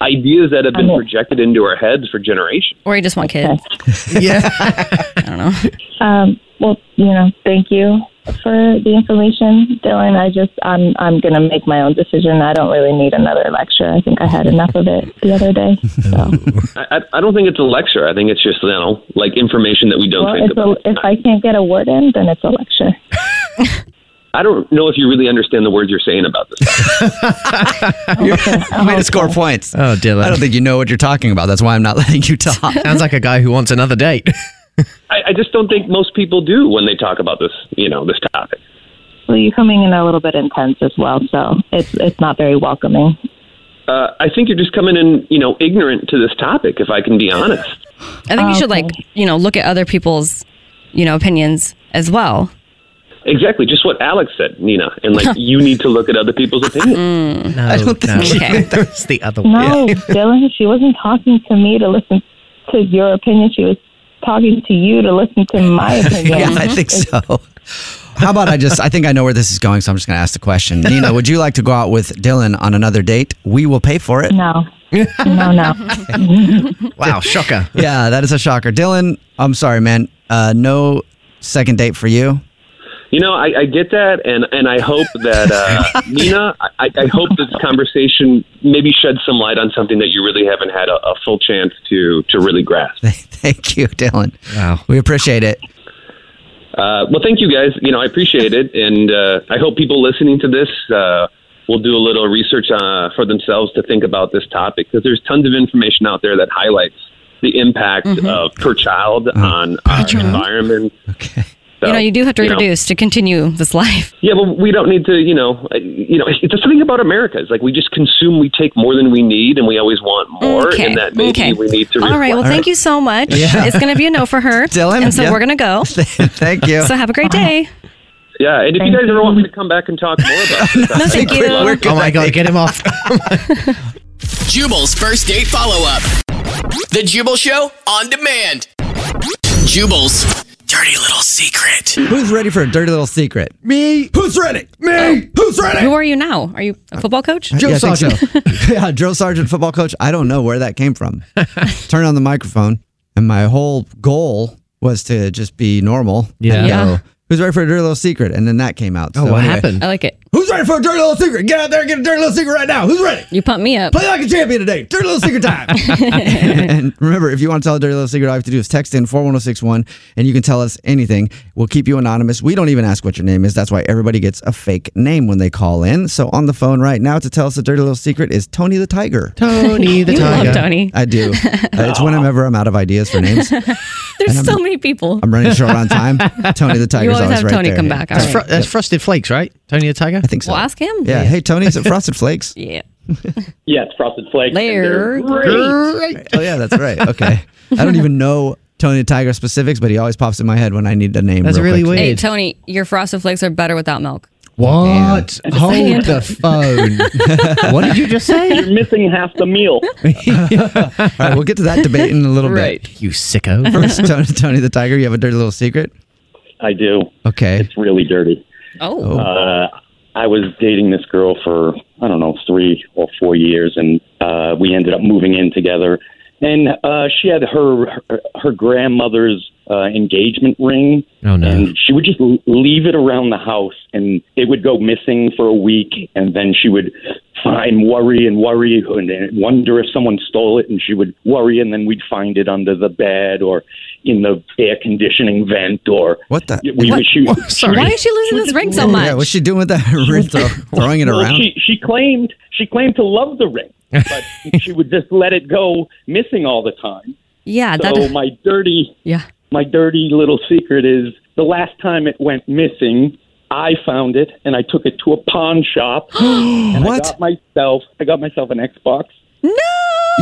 Speaker 9: ideas that have been projected into our heads for generations.
Speaker 5: Or you just want kids.
Speaker 11: Um, well, you know, thank you for the information, Dylan. I just I'm I'm gonna make my own decision. I don't really need another lecture. I think I had enough of it the other day. So
Speaker 9: I, I- I don't think it's a lecture. I think it's just, you know, like information that we don't
Speaker 11: well,
Speaker 9: think
Speaker 11: it's
Speaker 9: about.
Speaker 11: a, if I can't get a word in, then it's a lecture.
Speaker 9: I don't know if you really understand the words you're saying about this.
Speaker 3: You're way to score points. Oh, Dylan. I don't think you know what you're talking about. That's why I'm not letting you talk. Sounds like a guy who wants another date.
Speaker 9: I, I just don't think most people do when they talk about this, you know, this topic.
Speaker 11: Well, you're coming in a little bit intense as well, so it's it's not very welcoming.
Speaker 9: Uh, I think you're just coming in, you know, ignorant to this topic, if I can be honest.
Speaker 5: I think you should like, you know, look at other people's, you know, opinions as well.
Speaker 9: Exactly, just what Alex said, Nina. And like, you need to look at other people's opinions.
Speaker 4: No,
Speaker 9: I don't
Speaker 4: no.
Speaker 9: think- Okay.
Speaker 4: that's the
Speaker 3: Oh,
Speaker 4: other one.
Speaker 11: No, Dylan, she wasn't talking to me to listen to your opinion. She was talking to you to listen to my opinion.
Speaker 3: yeah, I think so. How about I just, I think I know where this is going, so I'm just going to ask the question. Nina, would you like to go out with Dylan on another date? We will pay for it.
Speaker 11: No. No, no.
Speaker 3: Wow, shocker. yeah, that is a shocker. Dylan, I'm sorry, man. Uh, no second date for you.
Speaker 9: You know, I, I get that, and, and I hope that, uh, Nina, I, I hope this conversation maybe sheds some light on something that you really haven't had a, a full chance to, to really grasp.
Speaker 3: Thank you, Dylan. Wow. We appreciate it.
Speaker 9: Uh, well, thank you guys. You know, I appreciate it, and uh, I hope people listening to this uh, will do a little research uh, for themselves to think about this topic because there's tons of information out there that highlights the impact
Speaker 5: Mm-hmm.
Speaker 9: of per child on our environment. Okay.
Speaker 5: you know, you do have to reproduce to continue this life.
Speaker 9: Yeah, well, we don't need to, you know, uh, you know, it's the thing about America is like we just consume, we take more than we need, and we always want more,
Speaker 5: Okay.
Speaker 9: and that maybe
Speaker 5: Okay.
Speaker 9: we need to.
Speaker 5: All right. Well,
Speaker 9: reflect.
Speaker 5: thank you so much.
Speaker 9: Yeah.
Speaker 5: It's going to be a no for her.
Speaker 9: Dylan,
Speaker 5: And so
Speaker 9: yeah.
Speaker 5: we're going to go.
Speaker 3: Thank you.
Speaker 5: So have a great day.
Speaker 9: Yeah, and if you guys ever want me to come back and talk more about this,
Speaker 5: No, thank you.
Speaker 4: Oh my god, get him off.
Speaker 6: Jubal's first date follow up. The Jubal Show on demand. Jubal's dirty little secret.
Speaker 3: Who's ready for a dirty little secret?
Speaker 4: Me?
Speaker 3: Who's ready? Me? Who's ready?
Speaker 5: Who are you now? Are you a football coach?
Speaker 3: Uh, Yeah, I think so. yeah, drill sergeant, football coach. I don't know where that came from. Turn on the microphone, and my whole goal was to just be normal.
Speaker 4: Yeah.
Speaker 3: And
Speaker 4: Yeah.
Speaker 3: go, Who's ready for a dirty little secret? And then that came out.
Speaker 4: Oh, what happened?
Speaker 5: I like it.
Speaker 3: Who's ready for a dirty little secret? Get out there and get a dirty little secret right now. Who's ready?
Speaker 5: You pump me up.
Speaker 3: Play like a champion today. Dirty little secret time. and remember, if you want to tell a dirty little secret, all you have to do is text in 41061 and you can tell us anything. We'll keep you anonymous. We don't even ask what your name is. That's why everybody gets a fake name when they call in. So on the phone right now to tell us a dirty little secret is Tony the Tiger.
Speaker 4: Tony the You love Tiger. Tony.
Speaker 3: I do. Uh, it's whenever I'm out of ideas for names.
Speaker 5: There's so many people.
Speaker 3: I'm running short on time. Tony the Tiger's
Speaker 5: You always
Speaker 3: always
Speaker 5: have
Speaker 3: right
Speaker 5: Tony
Speaker 3: there.
Speaker 5: come back. All
Speaker 4: That's,
Speaker 5: right.
Speaker 4: fro- that's Frosted Flakes, right? Tony the Tiger? I
Speaker 3: think
Speaker 5: We'll ask him.
Speaker 3: Yeah. Hey, Tony, is it Frosted Flakes?
Speaker 5: Yeah.
Speaker 9: Yes, Frosted Flakes.
Speaker 5: They're
Speaker 3: great. Oh yeah, that's right. Okay. I don't even know Tony the Tiger specifics, but he always pops in my head when I need a name. real quick.
Speaker 5: Hey, Tony, your frosted flakes are better without milk.
Speaker 10: What? Hold the phone. what did you just say?
Speaker 12: You're missing half the meal.
Speaker 3: All right, we'll get to that debate in a little bit.
Speaker 4: You sicko.
Speaker 3: First, Tony, Tony the Tiger, you have a dirty little secret?
Speaker 12: I do.
Speaker 3: Okay.
Speaker 12: It's really dirty.
Speaker 5: Oh.
Speaker 12: Uh, I was dating this girl for, I don't know, three or four years, and uh, we ended up moving in together. And uh, she had her her, her grandmother's uh, engagement ring.
Speaker 4: Oh, no.
Speaker 12: And she would just l- leave it around the house, and it would go missing for a week, and then she would find worry and worry and, and wonder if someone stole it, and she would worry, and then we'd find it under the bed or in the air conditioning vent or
Speaker 3: what the
Speaker 12: we,
Speaker 5: What?
Speaker 12: She,
Speaker 5: Why is she losing this ring so much?
Speaker 3: Yeah, what's she doing with that ring? Throw- throwing it
Speaker 12: Well,
Speaker 3: around?
Speaker 12: She, she claimed she claimed to love the ring, but she would just let it go missing all the time.
Speaker 5: Yeah,
Speaker 12: So
Speaker 5: that-
Speaker 12: my dirty
Speaker 5: yeah
Speaker 12: my dirty little secret is the last time it went missing, I found it and I took it to a pawn shop. and
Speaker 3: What?
Speaker 12: I got myself I got myself an Xbox.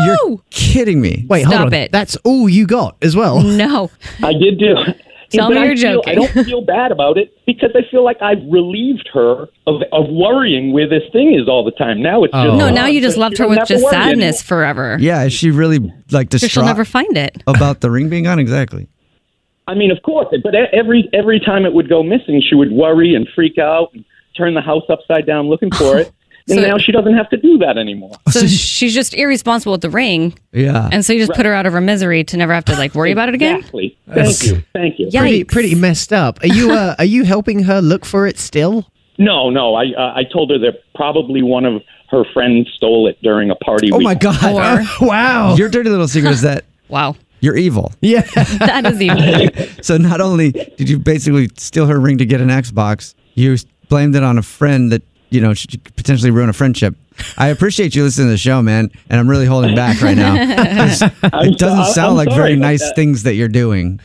Speaker 3: You're kidding me.
Speaker 10: Wait, hold on. That's all you got as well.
Speaker 5: No.
Speaker 12: I did do.
Speaker 10: Tell
Speaker 12: But
Speaker 10: me
Speaker 12: I
Speaker 10: you're
Speaker 12: feel- I
Speaker 10: joking.
Speaker 12: don't feel bad about it because I feel like I've relieved her of, of worrying where this thing is all the time. Now
Speaker 3: Oh.
Speaker 12: it's just
Speaker 5: No, now you just left her
Speaker 12: She'll
Speaker 5: with
Speaker 12: never
Speaker 5: just
Speaker 12: worry anymore.
Speaker 5: sadness forever.
Speaker 3: Yeah, is she really like
Speaker 5: Because she'll
Speaker 3: distraught
Speaker 5: never find it.
Speaker 3: about the ring being gone? Exactly.
Speaker 12: I mean, of course, but e- every every time it would go missing, she would worry and freak out, and turn the house upside down looking for it. And
Speaker 5: So-
Speaker 12: now she doesn't have to do that anymore.
Speaker 5: So she's just irresponsible with the ring.
Speaker 3: Oh, Yeah.
Speaker 5: And so you just put her out of her misery to never have to like worry about it again?
Speaker 12: Exactly. Thank you. Thank you.
Speaker 10: Pretty, pretty messed up. Are you uh, are you helping her look for it still?
Speaker 12: No, no. I uh, I told her that probably one of her friends stole it during a party.
Speaker 3: Oh my
Speaker 12: weekend.
Speaker 3: God.
Speaker 10: wow.
Speaker 3: Your dirty little secret is that
Speaker 5: Wow.
Speaker 3: you're evil.
Speaker 10: Yeah.
Speaker 5: that is evil.
Speaker 3: so not only did you basically steal her ring to get an Xbox, you blamed it on a friend that you know should potentially ruin a friendship. I appreciate you listening to the show, man, and I'm really holding back right now. 'Cause
Speaker 12: I'm
Speaker 3: It doesn't
Speaker 12: so-
Speaker 3: sound
Speaker 12: I'm
Speaker 3: like
Speaker 12: sorry
Speaker 3: very
Speaker 12: about
Speaker 3: nice
Speaker 12: that.
Speaker 3: things that you're doing.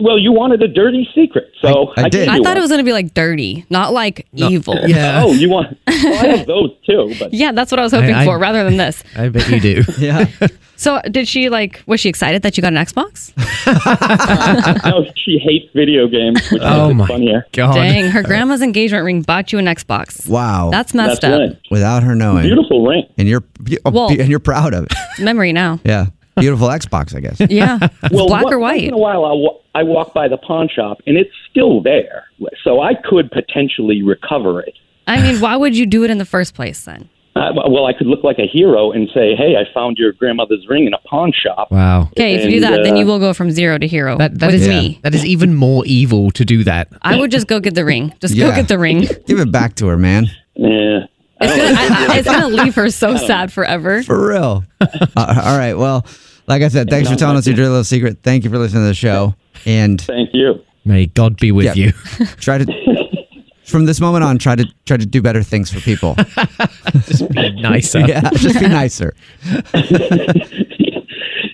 Speaker 12: Well, you wanted a dirty secret, so I, gave
Speaker 5: I
Speaker 12: you
Speaker 5: thought it
Speaker 12: one.
Speaker 5: was going to be like dirty, not like
Speaker 12: No.
Speaker 5: evil.
Speaker 3: Uh,
Speaker 12: Oh, you want? Well, I have those too, but
Speaker 5: Yeah, that's what I was hoping
Speaker 12: I- I-
Speaker 5: for rather than this.
Speaker 4: I bet you do.
Speaker 3: yeah.
Speaker 5: So did she like, was she excited that you got an Xbox?
Speaker 12: no, she hates video games, which
Speaker 3: Oh
Speaker 12: is
Speaker 3: my
Speaker 12: funnier.
Speaker 5: Dang, her grandma's engagement ring bought you an Xbox.
Speaker 3: Wow.
Speaker 5: That's messed That's up. right.
Speaker 3: Without her knowing.
Speaker 12: Beautiful ring.
Speaker 3: And you're oh,
Speaker 5: Well-
Speaker 3: and you're proud of it.
Speaker 5: It's memory now.
Speaker 3: Yeah. Beautiful Xbox, I guess.
Speaker 5: Yeah. It's
Speaker 12: Well,
Speaker 5: black
Speaker 12: wa-
Speaker 5: or
Speaker 12: Once
Speaker 5: white.
Speaker 12: in a while, I, wa- I walk by the pawn shop, and it's still there, so I could potentially recover it.
Speaker 5: I mean, why would you do it in the first place then?
Speaker 12: Uh, well, I could look like a hero and say, "Hey, I found your grandmother's ring in a pawn shop."
Speaker 4: Wow.
Speaker 5: Okay, if you do that, then you will go from zero to hero.
Speaker 4: That, that
Speaker 5: with
Speaker 4: is
Speaker 5: me.
Speaker 4: That is even more evil to do that.
Speaker 5: I would just go get the ring. Just
Speaker 4: Yeah.
Speaker 5: go get the ring.
Speaker 3: Give it back to her, man.
Speaker 12: Yeah.
Speaker 5: It's gonna, I, I- it's gonna leave her so sad forever.
Speaker 3: For real. Uh, all right. Well, like I said, thanks for telling us your dirty little secret. Thank you for listening to the show. And
Speaker 12: thank you.
Speaker 4: May God be with you.
Speaker 3: Try to from this moment on try to try to do better things for people.
Speaker 4: nicer.
Speaker 3: yeah, just be nicer.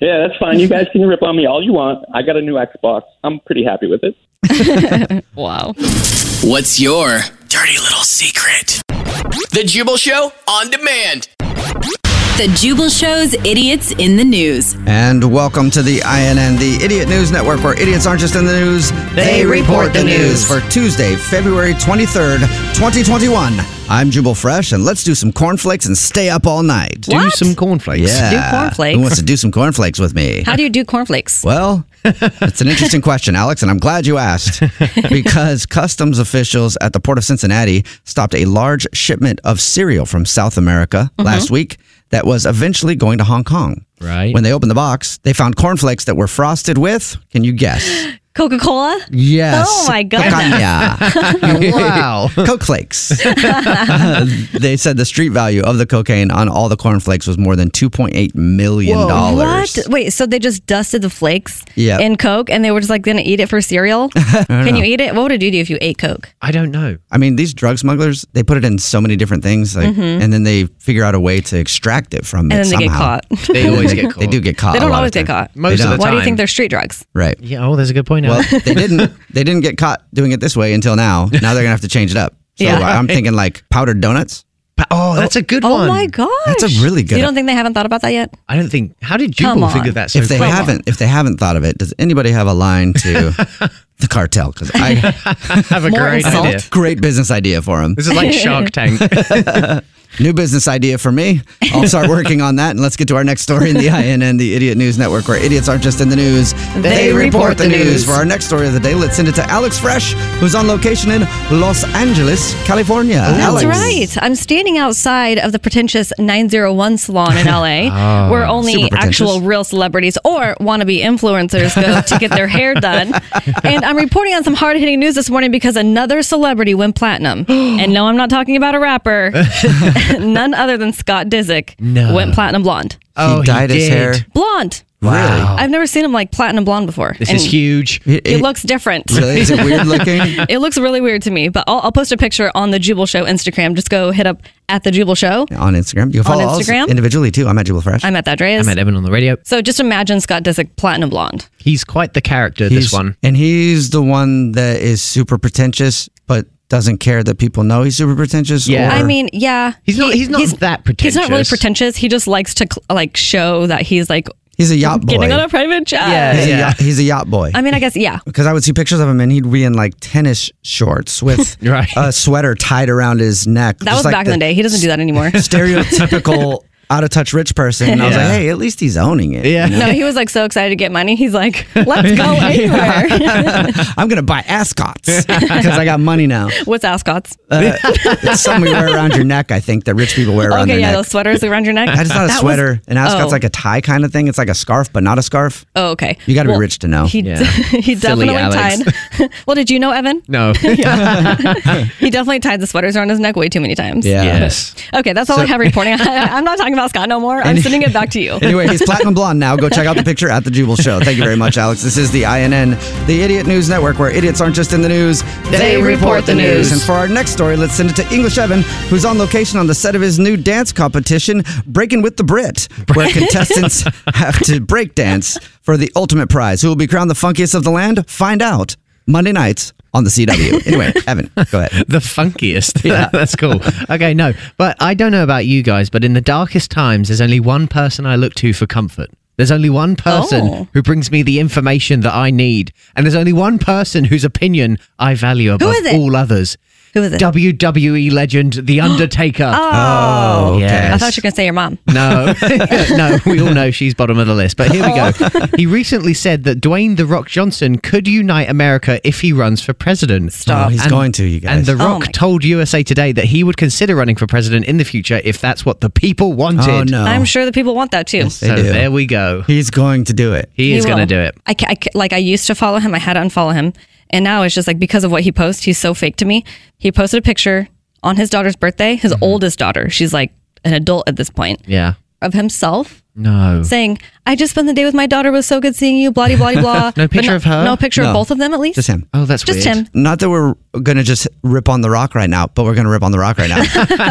Speaker 12: Yeah, that's fine. You guys can rip on me all you want. I got a new Xbox. I'm pretty happy with it.
Speaker 5: wow.
Speaker 6: What's your dirty little secret? The Jubal Show on demand.
Speaker 7: The Jubal Show's Idiots in the News.
Speaker 3: And welcome to the INN, the Idiot News Network, where idiots aren't just in the news,
Speaker 7: They report the news.
Speaker 3: for Tuesday, February 23rd, 2021. I'm Jubal Fresh, and let's do some cornflakes and stay up all night.
Speaker 4: Do What? some cornflakes.
Speaker 3: Yeah.
Speaker 4: Do cornflakes.
Speaker 3: Who wants to do some cornflakes with me?
Speaker 5: How do you do cornflakes?
Speaker 3: Well, it's an interesting question, Alex, and I'm glad you asked because customs officials at the port of Cincinnati stopped a large shipment of cereal from South America last week that was eventually going to Hong Kong.
Speaker 4: Right.
Speaker 3: When they opened the box, they found cornflakes that were frosted with, can you guess?
Speaker 5: Coca Cola?
Speaker 3: Yes.
Speaker 5: Oh my god.
Speaker 3: Cocaine. Coke flakes. Uh, they said the street value of the cocaine on all the cornflakes was more than $2.8 million.
Speaker 5: What? Wait, so they just dusted the flakes
Speaker 3: Yeah.
Speaker 5: in Coke and they were just like gonna eat it for cereal?
Speaker 3: don't
Speaker 5: Can
Speaker 3: know.
Speaker 5: you eat it? What would it do to you if you ate Coke?
Speaker 4: I don't know.
Speaker 3: I mean, these drug smugglers, they put it in so many different things, like,
Speaker 5: Mhm.
Speaker 3: and then they figure out a way to extract it from
Speaker 5: And
Speaker 3: it
Speaker 5: then they get
Speaker 3: somehow.
Speaker 5: caught. They always get
Speaker 3: They do get caught.
Speaker 5: they
Speaker 3: a
Speaker 5: don't
Speaker 3: lot
Speaker 5: always
Speaker 3: of
Speaker 5: get
Speaker 3: times.
Speaker 5: caught.
Speaker 3: They don't.
Speaker 5: Why do you think they're street drugs?
Speaker 3: Right.
Speaker 4: Yeah. Oh, there's a good point.
Speaker 3: Well, they didn't. They didn't get caught doing it this way until now. Now they're gonna have to change it up. So
Speaker 5: Yeah.
Speaker 3: I'm thinking like powdered donuts.
Speaker 4: Oh, that's a good
Speaker 5: oh
Speaker 4: one.
Speaker 5: my gosh.
Speaker 3: That's a really good.
Speaker 5: You don't think they haven't thought about that yet?
Speaker 4: I don't think. How did
Speaker 5: Come
Speaker 4: Jubal
Speaker 5: on.
Speaker 4: figure that? So
Speaker 3: if they
Speaker 4: quick?
Speaker 3: haven't, if they haven't thought of it, does anybody have a line to the cartel because I
Speaker 4: have a great idea.
Speaker 3: Great business idea for him.
Speaker 4: This is like Shark Tank.
Speaker 3: New business idea for me. I'll start working on that, and let's get to our next story in the INN, the Idiot News Network, where idiots aren't just in the news;
Speaker 13: They report the news.
Speaker 3: For our next story of the day, let's send it to Alex Fresh, who's on location in Los Angeles, California.
Speaker 5: That's
Speaker 3: Alex.
Speaker 5: right. I'm standing outside of the pretentious 901 salon in LA,
Speaker 3: Ah,
Speaker 5: where only
Speaker 3: super pretentious.
Speaker 5: actual real celebrities or wannabe influencers go to get their hair done. And I'm reporting on some hard hitting news this morning because another celebrity went platinum. and no, I'm not talking about a rapper. None other than Scott Disick
Speaker 3: No.
Speaker 5: went platinum blonde.
Speaker 4: Oh,
Speaker 3: he Oh, dyed his hair.
Speaker 5: Blonde.
Speaker 3: Wow. Really?
Speaker 5: I've never seen him like platinum blonde before. And-
Speaker 4: huge.
Speaker 5: it, looks different.
Speaker 3: Really? Is it weird looking?
Speaker 5: it looks really weird to me, but I'll, I'll post a picture on the Jubal Show Instagram. Just go hit up at the Jubal Show.
Speaker 3: on Instagram. You can
Speaker 5: On
Speaker 3: follow us
Speaker 5: Instagram?
Speaker 3: individually too. I'm at Jubal Fresh.
Speaker 5: I'm at that Dreas.
Speaker 4: Evan on the radio.
Speaker 5: So just imagine Scott Disick platinum blonde.
Speaker 4: He's quite the character.
Speaker 3: He's-
Speaker 4: this one.
Speaker 3: And he's the one that is super pretentious, but doesn't care that people know he's super pretentious. or-
Speaker 5: I mean, yeah.
Speaker 4: He's not. He's not that pretentious.
Speaker 5: He's not really pretentious. He just likes to cl- like show that he's like
Speaker 3: he's a yacht boy.
Speaker 5: getting on a private jet.
Speaker 3: he's, A yacht, he's a yacht boy.
Speaker 5: I mean, I guess yeah.
Speaker 3: because I would see pictures of him and he'd be in like tennis shorts with a sweater tied around his neck.
Speaker 5: That
Speaker 3: just
Speaker 5: was
Speaker 3: like
Speaker 5: back in the day. He doesn't do that anymore.
Speaker 3: Stereotypical out of touch rich person. And I was like,
Speaker 4: Yeah.
Speaker 3: hey, at least he's owning it. Yeah.
Speaker 5: No, he was like so excited to get money. He's like, let's go anywhere.
Speaker 3: I'm gonna buy ascots because I got money now.
Speaker 5: What's ascots?
Speaker 3: Uh, it's something we wear around your neck, I think, that rich people wear around
Speaker 5: okay,
Speaker 3: their
Speaker 5: yeah,
Speaker 3: neck.
Speaker 5: those sweaters around your neck.
Speaker 3: I just thought a
Speaker 5: That was-
Speaker 3: sweater. an ascot's
Speaker 5: oh.
Speaker 3: like a tie kind of thing. It's like a scarf, but not a scarf.
Speaker 5: Oh, okay.
Speaker 3: You got to
Speaker 5: Well,
Speaker 3: be rich to know.
Speaker 5: He, he
Speaker 3: Silly
Speaker 5: definitely
Speaker 3: Alex.
Speaker 5: tied. well, did you know, Evan?
Speaker 4: No.
Speaker 5: He definitely tied the sweaters around his neck way too many times.
Speaker 3: Yeah.
Speaker 4: Yes.
Speaker 5: Okay, that's all
Speaker 3: So-
Speaker 5: I have reporting. I, I'm not talking about Scott no more. I'm
Speaker 3: Any-
Speaker 5: sending it back to you.
Speaker 3: Anyway, he's platinum blonde now. Go check out the picture at the Jubal Show. Thank you very much, Alex. This is the INN, the Idiot News Network, where idiots aren't just in the news;
Speaker 13: They report the news.
Speaker 3: And for our next story, let's send it to English Evan, who's on location on the set of his new dance competition, Breaking with the Brit, where contestants have to break dance for the ultimate prize. Who will be crowned the funkiest of the land? Find out Monday nights on the CW. Anyway, Evan, go ahead.
Speaker 4: the funkiest.
Speaker 3: Yeah.
Speaker 4: That's cool. Okay, no, but I don't know about you guys, but in the darkest times, there's only one person I look to for comfort. There's only one person
Speaker 13: Oh.
Speaker 4: who brings me the information that I need, and there's only one person whose opinion I value above
Speaker 13: is it?
Speaker 4: all others.
Speaker 5: Who is it?
Speaker 4: WWE legend The Undertaker.
Speaker 5: Oh,
Speaker 4: yes.
Speaker 5: I thought you were going to say your mom.
Speaker 4: No, no, we all know she's bottom of the list. But here we go. He recently said that Dwayne The Rock Johnson could unite America if he runs for president.
Speaker 3: Stop. Oh, he's going to, you guys.
Speaker 4: And The
Speaker 3: Oh
Speaker 4: Rock
Speaker 3: my-
Speaker 4: told USA Today that he would consider running for president in the future if that's what the people
Speaker 3: Oh,
Speaker 4: wanted.
Speaker 5: I'm sure the people want that too.
Speaker 4: So there we go.
Speaker 3: He's going to do it.
Speaker 4: He, is
Speaker 5: will.
Speaker 4: going to do it.
Speaker 5: I, ca- I ca- like I used to follow him. I had to unfollow him, and now it's just like because of what he posts, he's so fake to me. He posted a picture on his daughter's birthday, his
Speaker 3: Mm-hmm.
Speaker 5: oldest daughter. She's like an adult at this point
Speaker 4: Yeah.
Speaker 5: of himself.
Speaker 4: No.
Speaker 3: Mm.
Speaker 5: Saying, I just spent the day with my daughter. It was so good seeing you. Blah, blah, blah.
Speaker 3: No
Speaker 5: But
Speaker 3: picture of her?
Speaker 5: No picture
Speaker 3: No.
Speaker 5: of both of them, at least.
Speaker 3: Just him.
Speaker 4: Oh, that's
Speaker 5: Just weird. him.
Speaker 3: Not that we're gonna just rip on the rock right now, but we're gonna rip on the rock right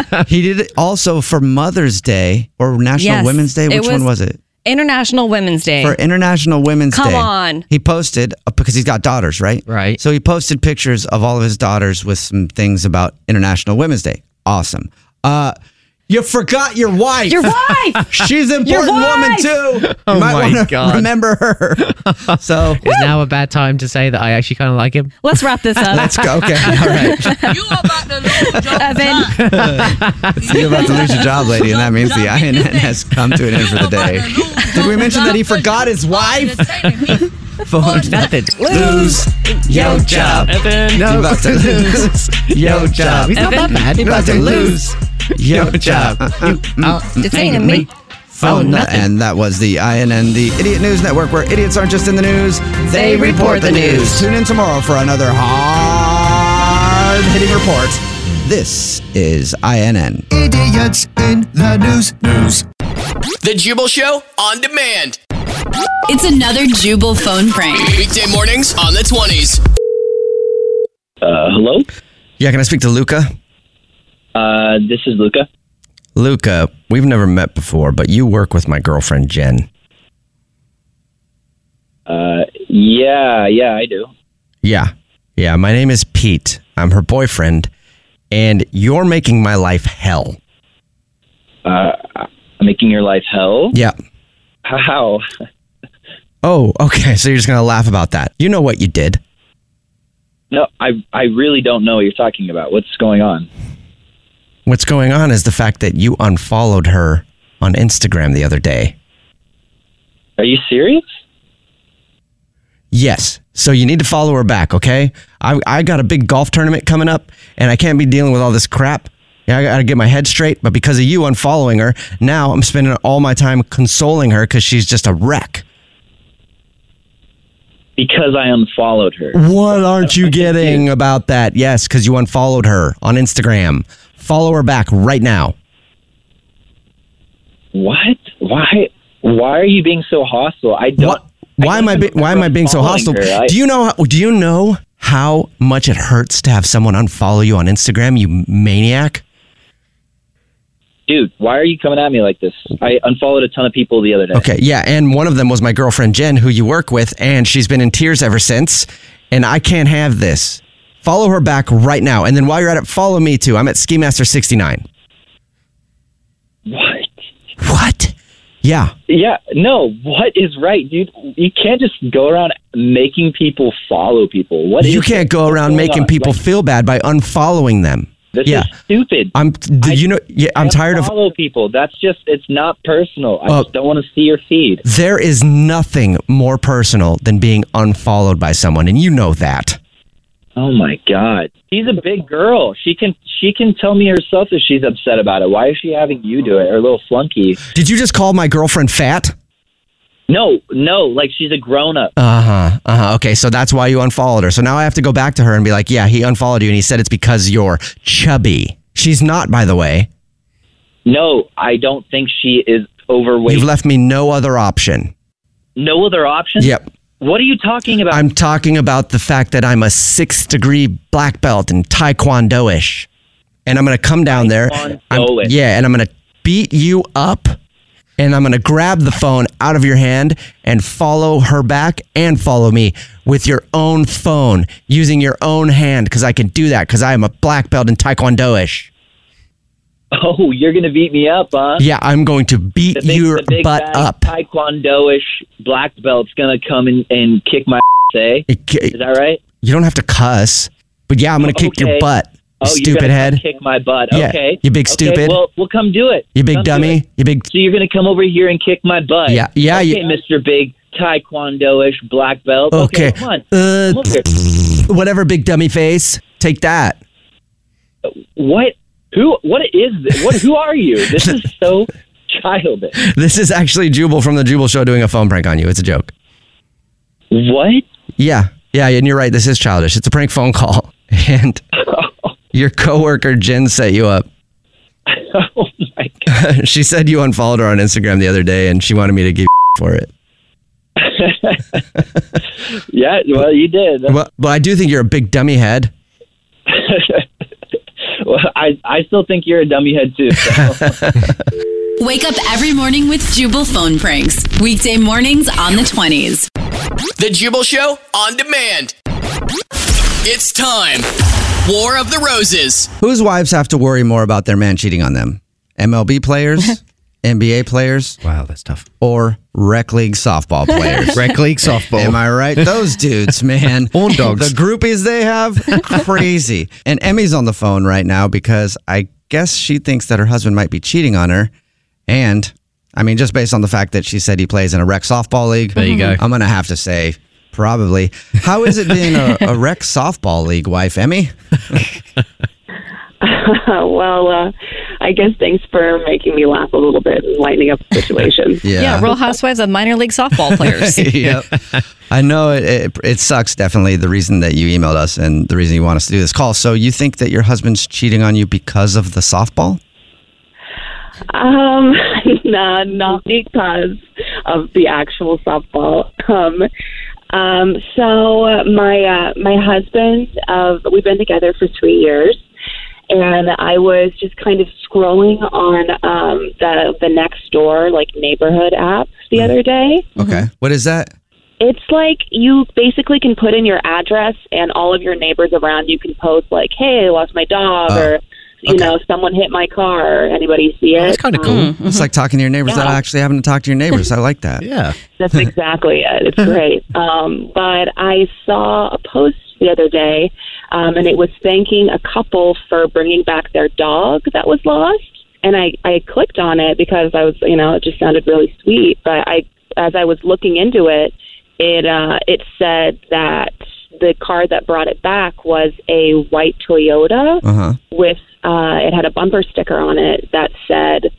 Speaker 3: now. he did it also for Mother's Day or National
Speaker 5: Yes,
Speaker 3: Women's Day.
Speaker 5: it
Speaker 3: Which one
Speaker 5: was-
Speaker 3: was it?
Speaker 5: International Women's Day.
Speaker 3: For International Women's
Speaker 5: Come
Speaker 3: Day.
Speaker 5: on.
Speaker 3: He posted uh, because he's got daughters, right? Right. So he posted pictures of all of his daughters with some things about International Women's Day. Awesome. Uh, you forgot your wife.
Speaker 13: Your wife!
Speaker 3: She's an
Speaker 13: Your
Speaker 3: important woman
Speaker 13: wife!
Speaker 3: too.
Speaker 4: Oh
Speaker 3: you might
Speaker 4: my
Speaker 3: wanna
Speaker 4: God.
Speaker 3: Remember her. So
Speaker 4: is now a bad time to say that I actually kind of like him?
Speaker 5: Let's wrap this up.
Speaker 3: Let's go. Okay. All right.
Speaker 5: Evan.
Speaker 3: So you're about to lose your job, lady, and that means the INN has come to an end for the day. Did we mention that he forgot his wife? Phone
Speaker 4: nothing.
Speaker 3: Lose your job.
Speaker 4: Evan. No.
Speaker 3: You're about to lose your job.
Speaker 4: He's not that bad.
Speaker 3: You're about to lose Uh-uh. your job. uh,
Speaker 13: detaining me.
Speaker 3: Phone nothing. And that was the INN, the Idiot News Network, where idiots aren't just in the news, they report the news. Tune in tomorrow for another hard hitting report. This is INN.
Speaker 2: Idiots in the news. News.
Speaker 6: The Jubal Show on demand.
Speaker 7: It's another Jubal phone prank.
Speaker 6: Weekday mornings on the 20s.
Speaker 14: Uh, hello?
Speaker 3: Yeah, can I speak to Luca?
Speaker 14: Uh, this is Luca.
Speaker 3: Luca, we've never met before, but you work with my girlfriend, Jen.
Speaker 14: Uh, yeah, yeah, I do.
Speaker 3: Yeah. Yeah. My name is Pete. I'm her boyfriend, and you're making my life hell.
Speaker 14: Uh, making your life hell?
Speaker 3: Yeah.
Speaker 14: How?
Speaker 3: Oh, okay. So you're just going to laugh about that. You know what you did.
Speaker 14: No, I I really don't know what you're talking about. What's going on?
Speaker 3: What's going on is the fact that you unfollowed her on Instagram the other day.
Speaker 14: Are you serious?
Speaker 3: Yes. So you need to follow her back, okay? I, I got a big golf tournament coming up, and I can't be dealing with all this crap. Yeah, I gotta get my head straight. But because of you unfollowing her, now I'm spending all my time consoling her because she's just a wreck.
Speaker 14: Because I unfollowed her.
Speaker 3: What aren't you getting about that? Yes, because you unfollowed her on Instagram. Follow her back right now.
Speaker 14: What? Why? Why are you being so hostile? I don't.
Speaker 3: Why am I be, why am I being so
Speaker 14: following
Speaker 3: hostile?
Speaker 14: her. I-
Speaker 3: do you know do you know how much it hurts to have someone unfollow you on Instagram, you maniac?
Speaker 14: Dude, why are you coming at me like this? I unfollowed a ton of people the other day.
Speaker 3: Okay, yeah, and one of them was my girlfriend Jen who you work with and she's been in tears ever since and I can't have this. Follow her back right now and then while you're at it follow me too. I'm at Ski Master 69.
Speaker 14: What?
Speaker 3: What? Yeah.
Speaker 14: Yeah, no. What is right, dude? You can't just go around making people follow people. What
Speaker 3: you
Speaker 14: is-
Speaker 3: can't go around
Speaker 14: going
Speaker 3: making
Speaker 14: on?
Speaker 3: people
Speaker 14: Like,
Speaker 3: feel bad by unfollowing them.
Speaker 14: This
Speaker 3: yeah.
Speaker 14: is stupid.
Speaker 3: I'm do you know yeah, I'm tired of Oh.
Speaker 14: follow people. That's just it's not personal. I
Speaker 3: Well-
Speaker 14: just don't want to see your feed.
Speaker 3: There is nothing more personal than being unfollowed by someone, and you know that.
Speaker 14: Oh my god. She's a big girl. She can she can tell me herself if she's upset about it. Why is she having you do it? Her little flunky.
Speaker 3: Did you just call my girlfriend fat?
Speaker 14: No, no. Like she's a grown up.
Speaker 3: Uh huh. Uh huh. Okay, so that's why you unfollowed her. So now I have to go back to her and be like, yeah, he unfollowed you, and he said it's because you're chubby. She's not, by the way.
Speaker 14: No, I don't think she is overweight.
Speaker 3: You've left me no other option.
Speaker 14: no other option.
Speaker 3: Yep.
Speaker 14: What are you talking about?
Speaker 3: I'm talking about the fact that I'm a sixth degree black belt in Taekwondo ish. And I'm going to come down there. I'm- yeah, and I'm going to beat you up. And I'm going to grab the phone out of your hand and follow her back and follow me with your own phone using your own hand because I can do that because I am a black belt in Taekwondo ish.
Speaker 14: Oh, you're gonna beat me up, huh?
Speaker 3: Yeah, I'm going to beat
Speaker 14: the big,
Speaker 3: your
Speaker 14: the big
Speaker 3: butt
Speaker 14: bad
Speaker 3: up.
Speaker 14: Taekwondo-ish black belt's gonna come and, and kick my ass, eh?
Speaker 3: Is
Speaker 14: that right?
Speaker 3: You don't have to cuss, but yeah, I'm going to kick your
Speaker 14: Okay.
Speaker 3: butt. you
Speaker 14: Oh, you're
Speaker 3: stupid
Speaker 14: gonna
Speaker 3: head.
Speaker 14: come Kick my butt.
Speaker 3: Yeah,
Speaker 14: Okay.
Speaker 3: you big
Speaker 14: Okay,
Speaker 3: stupid.
Speaker 14: Well, we'll come do it.
Speaker 3: You big
Speaker 14: Come do it.
Speaker 3: dummy. You big.
Speaker 14: So you're gonna come over here and kick my butt.
Speaker 3: Yeah, yeah,
Speaker 14: Okay,
Speaker 3: you-
Speaker 14: Mr. Big Taekwondo-ish black belt.
Speaker 3: Okay.
Speaker 14: come on.
Speaker 3: Uh,
Speaker 14: Come over here.
Speaker 3: Whatever, big dummy face. Take that.
Speaker 14: What? Who? What is this? What? Who are you? This is so childish.
Speaker 3: This is actually Jubal from the Jubal Show doing a phone prank on you. It's a joke.
Speaker 14: What?
Speaker 3: Yeah. Yeah. And you're right. This is childish. It's a prank phone call. And your coworker, Jen, set you up. Oh, my God. she said you unfollowed her on Instagram the other day and she wanted me to give you for it.
Speaker 14: Yeah. Well, you did.
Speaker 3: But, but I do think you're a big dummy head.
Speaker 14: Well, I I still think you're a dummy head too. so.
Speaker 7: Wake up every morning with Jubal phone pranks. Weekday mornings on the 20s.
Speaker 6: The Jubal Show on demand. It's time. War of the Roses.
Speaker 3: Whose wives have to worry more about their man cheating on them? MLB players, NBA players. Wow, that's tough. Or rec league softball players.
Speaker 4: Rec league softball.
Speaker 3: Am I right? Those dudes, man. Horn dogs. The groupies they have, crazy. and Emmy's on the phone right now because I guess she thinks that her husband might be cheating on her. And I mean, just based on the fact that she said he plays in a rec softball league. There you go. I'm gonna have to say probably. How is it being a, a rec softball league wife, Emmy?
Speaker 15: well, uh, I guess thanks for making me laugh a little bit and lightening up the situation.
Speaker 3: Yeah.
Speaker 5: Yeah, Real Housewives of minor league softball players.
Speaker 3: yep. I know it, it. It sucks. Definitely the reason that you emailed us and the reason you want us to do this call. So you think that your husband's cheating on you because of the softball?
Speaker 15: Um, no, not because of the actual softball. Um, um, so uh, my uh, my husband, uh, we've been together for three years, and I was just kind of scrolling on um, the the next door like neighborhood app the other day.
Speaker 3: Okay. What is that?
Speaker 15: It's like you basically can put in your address, and all of your neighbors around you can post like, "Hey, I lost my dog,"
Speaker 3: Oh,
Speaker 15: or you know, someone hit my car. Or, Anybody see it? That's kind of
Speaker 3: It's like talking to your neighbors without
Speaker 15: Mm-hmm. Yeah.
Speaker 3: actually having to talk to your neighbors. I like that.
Speaker 15: That's exactly it. It's great. Um, but I saw a post the other day, um, and it was thanking a couple for bringing back their dog that was lost. And I, I clicked on it because I was, you know, it just sounded really sweet. But I, as I was looking into it, it uh, it said that the car that brought it back was a white Toyota
Speaker 3: Uh-huh.
Speaker 15: with uh, it had a bumper sticker on it that said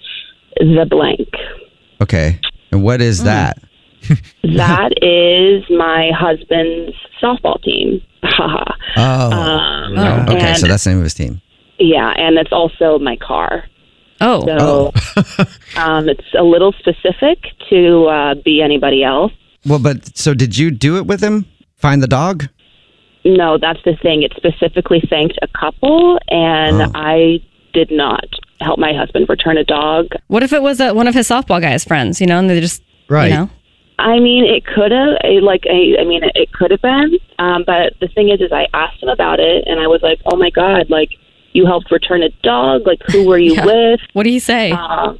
Speaker 15: the blank.
Speaker 3: Okay. And what
Speaker 15: Mm.
Speaker 3: is that?
Speaker 15: That is my husband's softball team. Haha.
Speaker 3: Oh.
Speaker 15: Um,
Speaker 3: okay,
Speaker 15: and-
Speaker 3: so that's the name of his team.
Speaker 15: yeah, and it's also my car.
Speaker 5: Oh,
Speaker 15: so um, it's a little specific to uh, be anybody else.
Speaker 3: Well, but so did you do it with him? Find the dog?
Speaker 15: No, that's the thing. It specifically thanked a couple, and I did not help my husband return a dog.
Speaker 5: What if it was uh one of his softball guys' friends, you know, and they just, you know?
Speaker 15: I mean, it could have, like, I, I mean, it could have been. Um, but the thing is, is I asked him about it, and I was like, "Oh my god, like, you helped return a dog. Like, who were you with?
Speaker 5: What do you say?"
Speaker 15: Uh,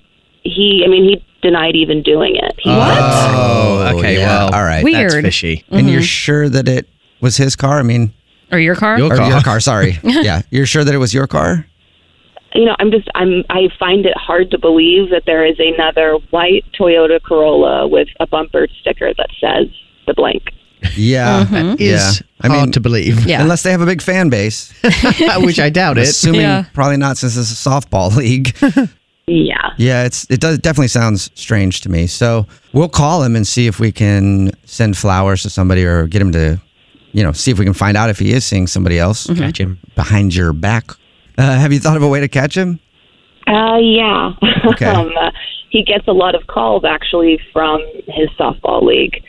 Speaker 15: he, I mean, he denied even doing it. He
Speaker 3: Oh,
Speaker 4: okay,
Speaker 3: yeah.
Speaker 4: well,
Speaker 3: all right.
Speaker 15: Weird.
Speaker 3: That's fishy. And
Speaker 15: Mhm.
Speaker 3: you're sure that it was his car? I mean,
Speaker 5: Or your car?
Speaker 3: or your car, sorry. yeah. You're sure that it was your car?
Speaker 15: you know, I'm just, I'm, I find it hard to believe that there is another white Toyota Corolla with a bumper sticker that says the blank.
Speaker 3: Yeah.
Speaker 15: Mhm.
Speaker 4: Is
Speaker 3: I mean, hard to believe.
Speaker 15: Yeah.
Speaker 3: Unless they have a big fan base,
Speaker 4: Which I doubt
Speaker 3: I'm
Speaker 4: it.
Speaker 3: Assuming
Speaker 4: Yeah.
Speaker 3: probably not since it's a softball league.
Speaker 15: yeah.
Speaker 3: Yeah, it's it does it definitely sounds strange to me. So we'll call him and see if we can send flowers to somebody or get him to, you know, see if we can find out if he is seeing somebody else. Catch him behind your back. Uh, have you thought of a way to catch him?
Speaker 15: Uh, yeah.
Speaker 3: Okay.
Speaker 15: um, uh, he gets a lot of calls actually from his softball league,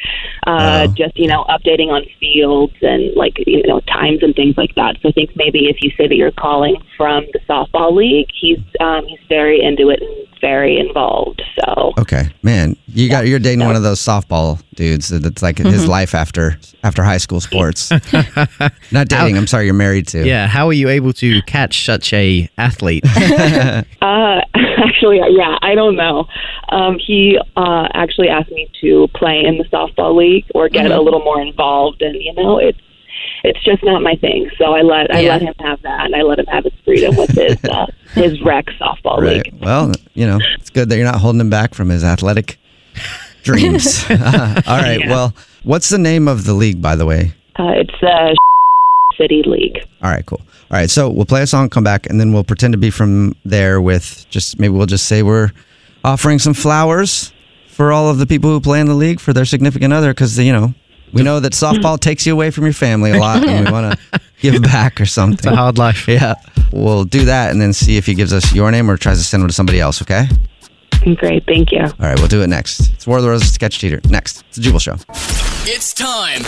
Speaker 15: uh, just you know updating on fields and like you know times and things like that. So I think maybe if you say that you're calling from the softball league, he's um, he's very into it and very involved. So
Speaker 3: Okay, man, you got you're dating one of those softball dudes that- that's like his
Speaker 15: Mhm.
Speaker 4: Mm-hmm.
Speaker 3: life after after high school sports. Not dating. I'm sorry, you're married to.
Speaker 4: Yeah, how are you able to catch such a athlete?
Speaker 15: Uh, actually, yeah, I don't know. Um, he uh, actually asked me to play in the softball league or get a
Speaker 5: Mhm.
Speaker 15: little more involved, and you know, it's it's just not my thing. So I let I
Speaker 5: Yeah.
Speaker 15: let him have that, and I let him have his freedom with his uh, his rec softball league.
Speaker 3: Right. Well, you know, it's good that you're not holding him back from his athletic dreams. Uh, all right.
Speaker 15: Yeah.
Speaker 3: Well, what's the name of the league, by the way?
Speaker 15: Uh, it's the city league.
Speaker 3: All right, cool. All right, so we'll play a song, come back, and then we'll pretend to be from there with just maybe we'll just say we're offering some flowers for all of the people who play in the league for their significant other because, you know, we know that softball takes you away from your family a lot and we want to give back or something. It's a
Speaker 4: hard life.
Speaker 3: Yeah. We'll do that and then see if he gives us your name or tries to send one to somebody else, okay?
Speaker 15: Great, thank you.
Speaker 3: All right, we'll do it next. It's War of the Roses Sketch Cheater. Next, it's the Jubal Show.
Speaker 6: It's time.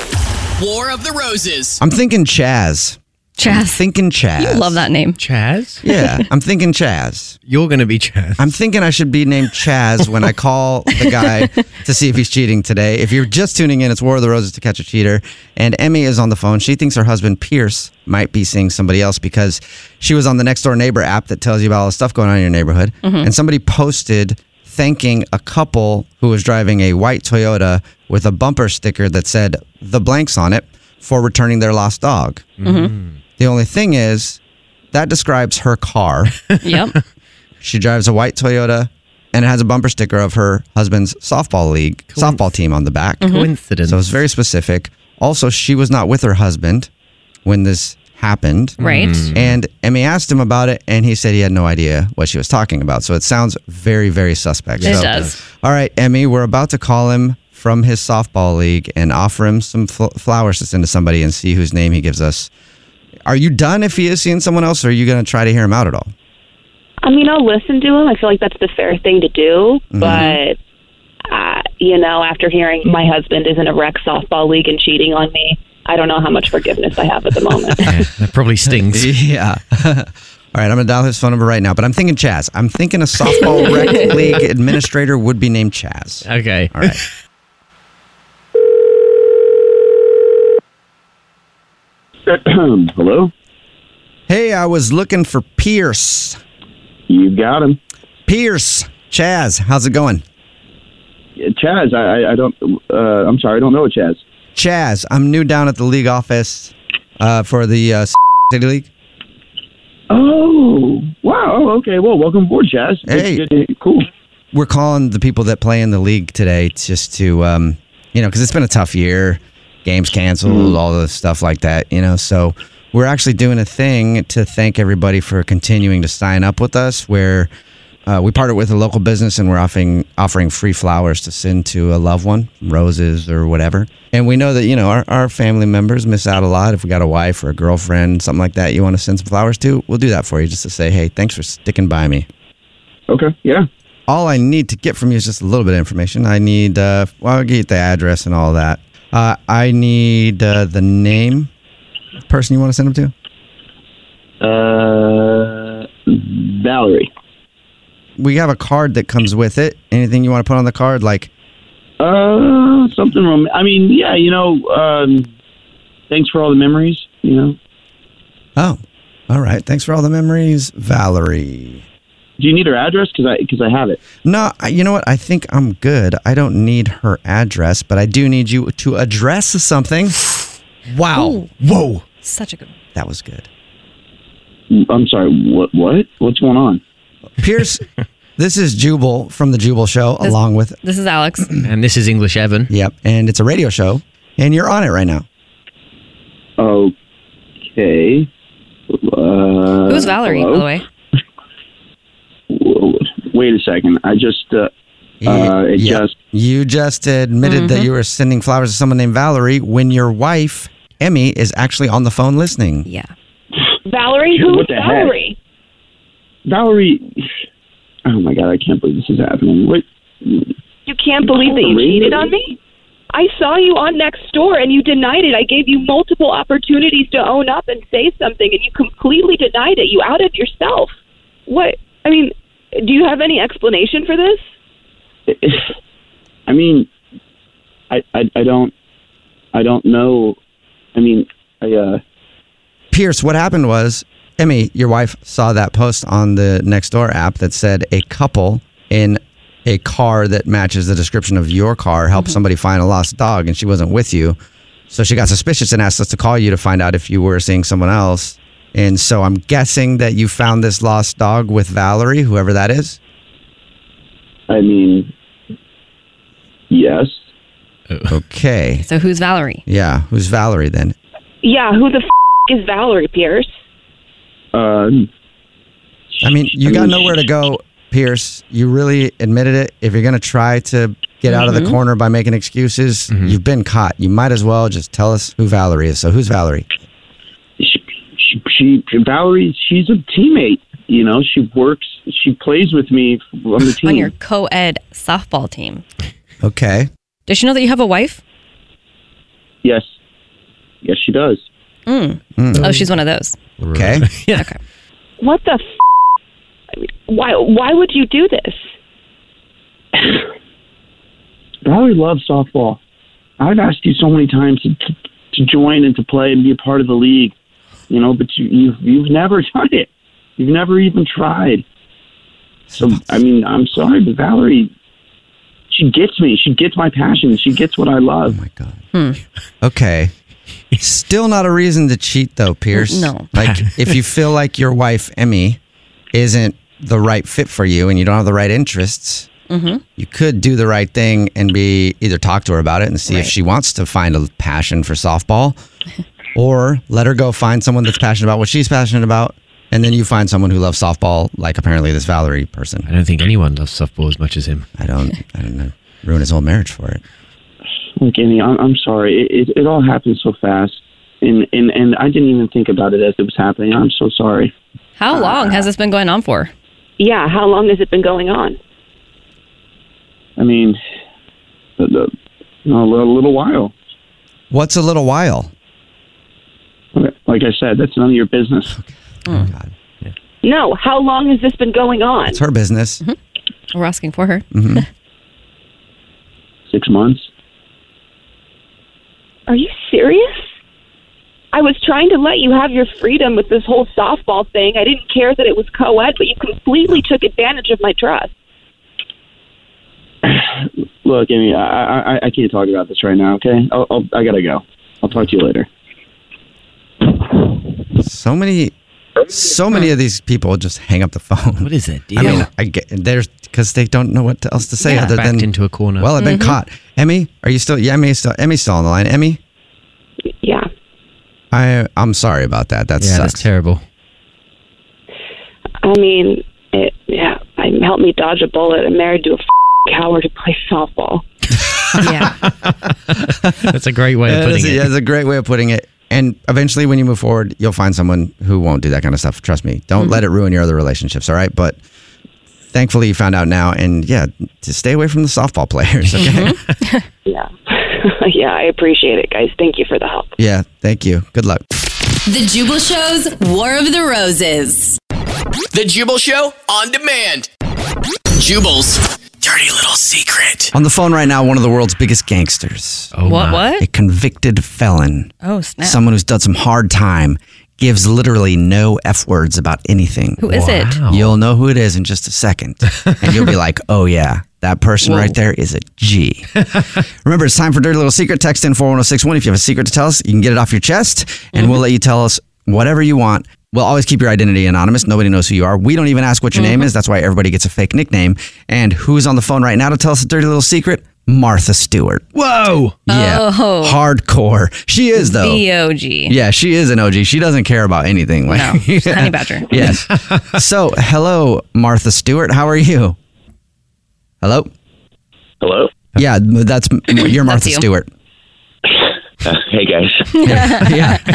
Speaker 6: War of the Roses.
Speaker 3: I'm thinking Chaz.
Speaker 5: Chaz.
Speaker 3: I'm thinking Chaz.
Speaker 5: You love that name.
Speaker 4: Chaz?
Speaker 3: Yeah, I'm thinking Chaz.
Speaker 4: You're going to be Chaz.
Speaker 3: I'm thinking I should be named Chaz when I call the guy to see if he's cheating today. If you're just tuning in, it's War of the Roses to catch a cheater. And Emmy is on the phone. She thinks her husband Pierce might be seeing somebody else because she was on the Next Door Neighbor app that tells you about all the stuff going on in your neighborhood.
Speaker 5: Mm-hmm.
Speaker 10: Mhm.
Speaker 3: And somebody posted thanking a couple who was driving a white Toyota with a bumper sticker that said the blanks on it for returning their lost dog.
Speaker 5: Mhm.
Speaker 3: The only thing is, that describes her car.
Speaker 5: Yep.
Speaker 3: She drives a white Toyota and it has a bumper sticker of her husband's softball league, softball team on the back.
Speaker 5: Mm-hmm.
Speaker 4: Mhm. Coincidence.
Speaker 3: So it's very specific. Also, she was not with her husband when this happened.
Speaker 5: Right. Mm.
Speaker 3: And Emmy asked him about it and he said he had no idea what she was talking about. So it sounds very, very suspect.
Speaker 5: It
Speaker 3: So-
Speaker 5: does.
Speaker 3: All right, Emmy, we're about to call him from his softball league and offer him some fl- flowers to send to somebody and see whose name he gives us. Are you done if he is seeing someone else or are you going to try to hear him out at all?
Speaker 15: I mean, I'll listen to him. I feel like that's the fair thing to do.
Speaker 16: Mm-hmm.
Speaker 3: Mhm.
Speaker 15: But, uh, you know, after hearing my husband is in a rec softball league and cheating on me, I don't know how much forgiveness I have at the moment.
Speaker 4: That probably stings.
Speaker 3: yeah. All right, I'm gonna dial his phone number right now, but I'm thinking Chaz. I'm thinking a softball rec league administrator would be named Chaz.
Speaker 4: Okay.
Speaker 3: All right.
Speaker 16: Hello?
Speaker 3: Hey, I was looking for Pierce.
Speaker 16: You got him.
Speaker 3: Pierce. Chaz, how's it going?
Speaker 16: Chaz, I, I- I don't. Uh, I'm sorry, I don't know Chaz.
Speaker 3: Chaz, I'm new down at the league office. uh, for the uh, City League.
Speaker 16: Oh, wow. Okay. Well, welcome aboard, Chaz.
Speaker 3: Hey.
Speaker 16: Good- good- cool.
Speaker 3: We're calling the people that play in the league today just to, um, you know, because it's been a tough year. Games canceled, all the stuff like that, you know. So we're actually doing a thing to thank everybody for continuing to sign up with us where. Uh, we partnered with a local business and we're offering offering free flowers to send to a loved one, roses or whatever. And we know that you know our, our family members miss out a lot. If we got a wife or a girlfriend, something like that, you want to send some flowers to, we'll do that for you just to say, hey, thanks for sticking by me.
Speaker 16: Okay. Yeah.
Speaker 3: All I need to get from you is just a little bit of information. I need, uh, well, I'll get the address and all that. Uh, I need uh, the name, of the person you want to send them to.
Speaker 16: Uh, Valerie.
Speaker 3: We have a card that comes with it. Anything you want to put on the card, like
Speaker 16: Uh, something wrong. I mean, yeah, you know, um, thanks for all the memories, you know.
Speaker 3: Oh, all right. Thanks for all the memories, Valerie.
Speaker 16: Do you need her address? Because I, cause I have it.
Speaker 3: No, I- you know what? I think I'm good. I don't need her address, but I do need you to address something. Wow.
Speaker 5: Ooh.
Speaker 3: Whoa.
Speaker 5: Such a good.
Speaker 3: That was good.
Speaker 16: I'm sorry. What? What? What's going on? Uh,
Speaker 3: Pierce, this is Jubal from the Jubal Show,
Speaker 5: This-
Speaker 3: along with.
Speaker 5: This is Alex.
Speaker 3: And this is English Evan. Yep. And it's a radio show, and you're on it right now.
Speaker 16: Okay. Uh,
Speaker 5: Who's Valerie, by
Speaker 16: hello?
Speaker 5: the way?
Speaker 16: Whoa, Wait a second. I just. Uh, uh, it
Speaker 3: Yep.
Speaker 16: just.
Speaker 3: You just admitted that
Speaker 5: Mm-hmm.
Speaker 16: Mhm.
Speaker 3: you were sending flowers to someone named Valerie when your wife, Emmy, is actually on the phone listening.
Speaker 5: Yeah.
Speaker 15: Valerie,
Speaker 16: What
Speaker 15: who's
Speaker 16: the heck?
Speaker 15: Valerie?
Speaker 16: Valerie. Oh my god! I can't believe this is happening. Wait.
Speaker 15: You can't believe that you
Speaker 16: Valerie?
Speaker 15: cheated on me? I saw you on Next Door and you denied it. I gave you multiple opportunities to own up and say something and you completely denied it. You outed yourself. What? I mean, do you have any explanation for this?
Speaker 16: I mean, I, I I don't I don't know. I mean, I uh.
Speaker 3: Pierce, what happened was, Emmy, your wife saw that post on the Nextdoor app that said a couple in a car that matches the description of your car helped somebody find a lost dog, and she wasn't with you. So she got suspicious and asked us to call you to find out if you were seeing someone else. And so I'm guessing that you found this lost dog with Valerie, whoever that is.
Speaker 16: I mean, yes.
Speaker 3: Okay.
Speaker 5: So who's Valerie?
Speaker 3: Yeah. Who's Valerie then?
Speaker 15: Yeah, who the f- is Valerie Pierce?
Speaker 16: Um,
Speaker 3: Uh, I mean, you got nowhere to go, Pierce. You really admitted it. If you're going to try to get out of the
Speaker 15: Mhm.
Speaker 3: corner by making excuses, you've been caught. You might as well just tell us who Valerie is. So, who's Valerie?
Speaker 16: she, she Valerie. She's a teammate. You know, she works. She plays with me on the team.
Speaker 5: On your co ed softball team.
Speaker 3: Okay.
Speaker 5: Does she know that you have a wife?
Speaker 16: Yes. Yes, she does.
Speaker 5: Mm.
Speaker 16: Mm.
Speaker 5: Oh, she's one of those.
Speaker 3: Okay.
Speaker 5: Okay.
Speaker 15: What the f- I mean, why why would you do this?
Speaker 16: Valerie loves softball. I've asked you so many times to, to, to join and to play and be a part of the league, you know, but you, you've you've never done it. You've never even tried. So I mean, I'm sorry, but Valerie, she gets me. She gets my passion. She gets what I love. Oh my god.
Speaker 3: Okay. Still not a reason to cheat, though, Pierce.
Speaker 16: No.
Speaker 3: Like, if you feel like your wife, Emmy, isn't the right fit for you and you don't have the right interests,
Speaker 5: Mm-hmm.
Speaker 3: you could do the right thing and be either talk to her about it and see if she wants to find a passion for softball or let her go find someone that's passionate about what she's passionate about and then you find someone who loves softball like apparently this Valerie person. I don't think anyone loves softball as much as him. I don't I don't know. Ruin his whole marriage for it.
Speaker 16: Look, Amy, uh, I'm, I'm sorry. It, it it all happened so fast, and and and I didn't even think about it as it was happening. I'm so sorry.
Speaker 5: How long has this been going on for?
Speaker 15: Yeah, how long has it been going on?
Speaker 16: I mean, the, the, you know, a little, little while.
Speaker 3: What's a little while?
Speaker 16: Like I said, that's none of your business.
Speaker 5: Hmm.
Speaker 15: No, how long has this been going on?
Speaker 3: It's her business.
Speaker 5: We're asking for her.
Speaker 3: Mhm.
Speaker 16: Six months.
Speaker 15: Are you serious? I was trying to let you have your freedom with this whole softball thing. I didn't care that it was co ed, but you completely took advantage of my trust.
Speaker 16: Look, Amy, I I, I can't talk about this right now. Okay, I'll, I'll I gotta go. I'll talk to you later.
Speaker 3: So many, so many of these people just hang up the phone. What
Speaker 4: is it?
Speaker 3: I
Speaker 4: deal?
Speaker 3: mean, I get there's because they don't know what else to say
Speaker 4: Yeah.
Speaker 3: other
Speaker 4: Backed
Speaker 3: than
Speaker 4: into a corner.
Speaker 3: Well, I've been
Speaker 4: Mhm.
Speaker 3: caught. Emmy, are you still? Yeah, Emmy's still, Emmy's still on the line. Emmy.
Speaker 15: Yeah.
Speaker 3: I I'm sorry about that. That's
Speaker 4: Yeah,
Speaker 3: sucks.
Speaker 4: that's terrible.
Speaker 15: I mean, it, yeah, I helped me dodge a bullet. I'm married to a f- coward who plays softball.
Speaker 4: That's a great way of
Speaker 3: Yeah,
Speaker 4: putting
Speaker 3: that's a-
Speaker 4: it.
Speaker 3: yeah, that's a great way of putting it. And eventually, when you move forward, you'll find someone who won't do that kind of stuff. Trust me. Don't let it ruin your other relationships. All right, but thankfully you found out now, and yeah, to stay away from the softball players. Okay.
Speaker 15: Yeah. yeah, I appreciate it, guys. Thank you for the help.
Speaker 3: Yeah. Thank you. Good luck.
Speaker 7: The Jubal Show's War of the Roses.
Speaker 6: The Jubal Show on demand. Jubal's dirty little secret.
Speaker 3: On the phone right now, one of the world's biggest gangsters.
Speaker 6: Oh, What, my. what?
Speaker 3: A convicted felon.
Speaker 5: Oh, snap.
Speaker 3: Someone who's done some hard time. Gives literally no F words about anything.
Speaker 5: Who is it? Wow.
Speaker 3: You'll know who it is in just a second. And you'll be like, oh, yeah, that person
Speaker 5: Whoa.
Speaker 3: right there is a G. Remember, it's time for Dirty Little Secret. Text in 41061. If you have a secret to tell us, you can get it off your chest, and
Speaker 5: Mm-hmm.
Speaker 3: we'll let you tell us whatever you want. We'll always keep your identity anonymous. Nobody knows who you are. We don't even ask what your
Speaker 5: Mm-hmm.
Speaker 3: name is. That's why everybody gets a fake nickname. And who's on the phone right now to tell us a dirty little secret? Martha Stewart.
Speaker 4: Whoa.
Speaker 3: Yeah.
Speaker 5: Oh.
Speaker 3: Hardcore. She is, though.
Speaker 5: The OG.
Speaker 3: Yeah, she is an OG. She doesn't care about anything. Like,
Speaker 5: No, she's a honey badger.
Speaker 3: yes. So, hello, Martha Stewart. How are you? Hello.
Speaker 17: Hello.
Speaker 3: Yeah, that's you're Martha
Speaker 17: you.
Speaker 3: Stewart.
Speaker 17: Uh, hey guys.
Speaker 3: yeah.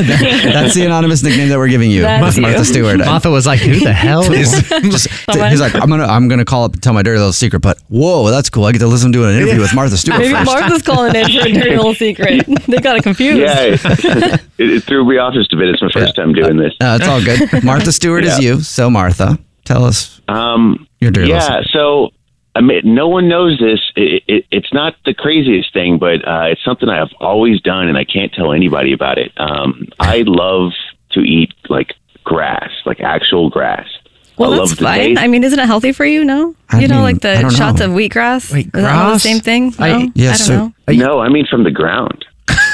Speaker 3: That's the anonymous nickname that we're giving you,
Speaker 4: That's
Speaker 3: Martha
Speaker 4: you.
Speaker 3: Stewart.
Speaker 4: Martha was like, "Who the hell is-
Speaker 3: Just-
Speaker 4: Someone-
Speaker 3: he's like, I'm gonna, I'm gonna call up and tell my dirty little secret. But whoa, that's cool. I get to listen to an interview with Martha Stewart.
Speaker 5: Maybe
Speaker 3: first.
Speaker 5: Martha's calling in for a dirty little secret. They got it confused.
Speaker 17: Yeah, it, it threw me off just a bit. It's my first time doing this.
Speaker 3: No, Uh, it's all good. Martha Stewart is
Speaker 17: Yeah.
Speaker 3: you. So Martha, tell us.
Speaker 17: Um,
Speaker 3: Your dirty little
Speaker 17: yeah. So I mean, no one knows this. It, it, it's not the craziest thing, but uh, it's something I have always done, and I can't tell anybody about it. Um, I love to eat like grass, like actual grass.
Speaker 5: Well,
Speaker 17: I
Speaker 5: that's
Speaker 17: love the
Speaker 5: fine.
Speaker 17: taste.
Speaker 5: I mean, isn't it healthy for you? No,
Speaker 17: I
Speaker 5: you
Speaker 17: mean,
Speaker 5: know, like
Speaker 17: I
Speaker 5: the
Speaker 17: don't
Speaker 5: shots
Speaker 17: know.
Speaker 5: of wheatgrass.
Speaker 17: Wait,
Speaker 5: Is that all the
Speaker 17: grass?
Speaker 5: same thing? No, I,
Speaker 3: yeah,
Speaker 5: don't
Speaker 3: so-
Speaker 5: know.
Speaker 17: no, I mean from the ground.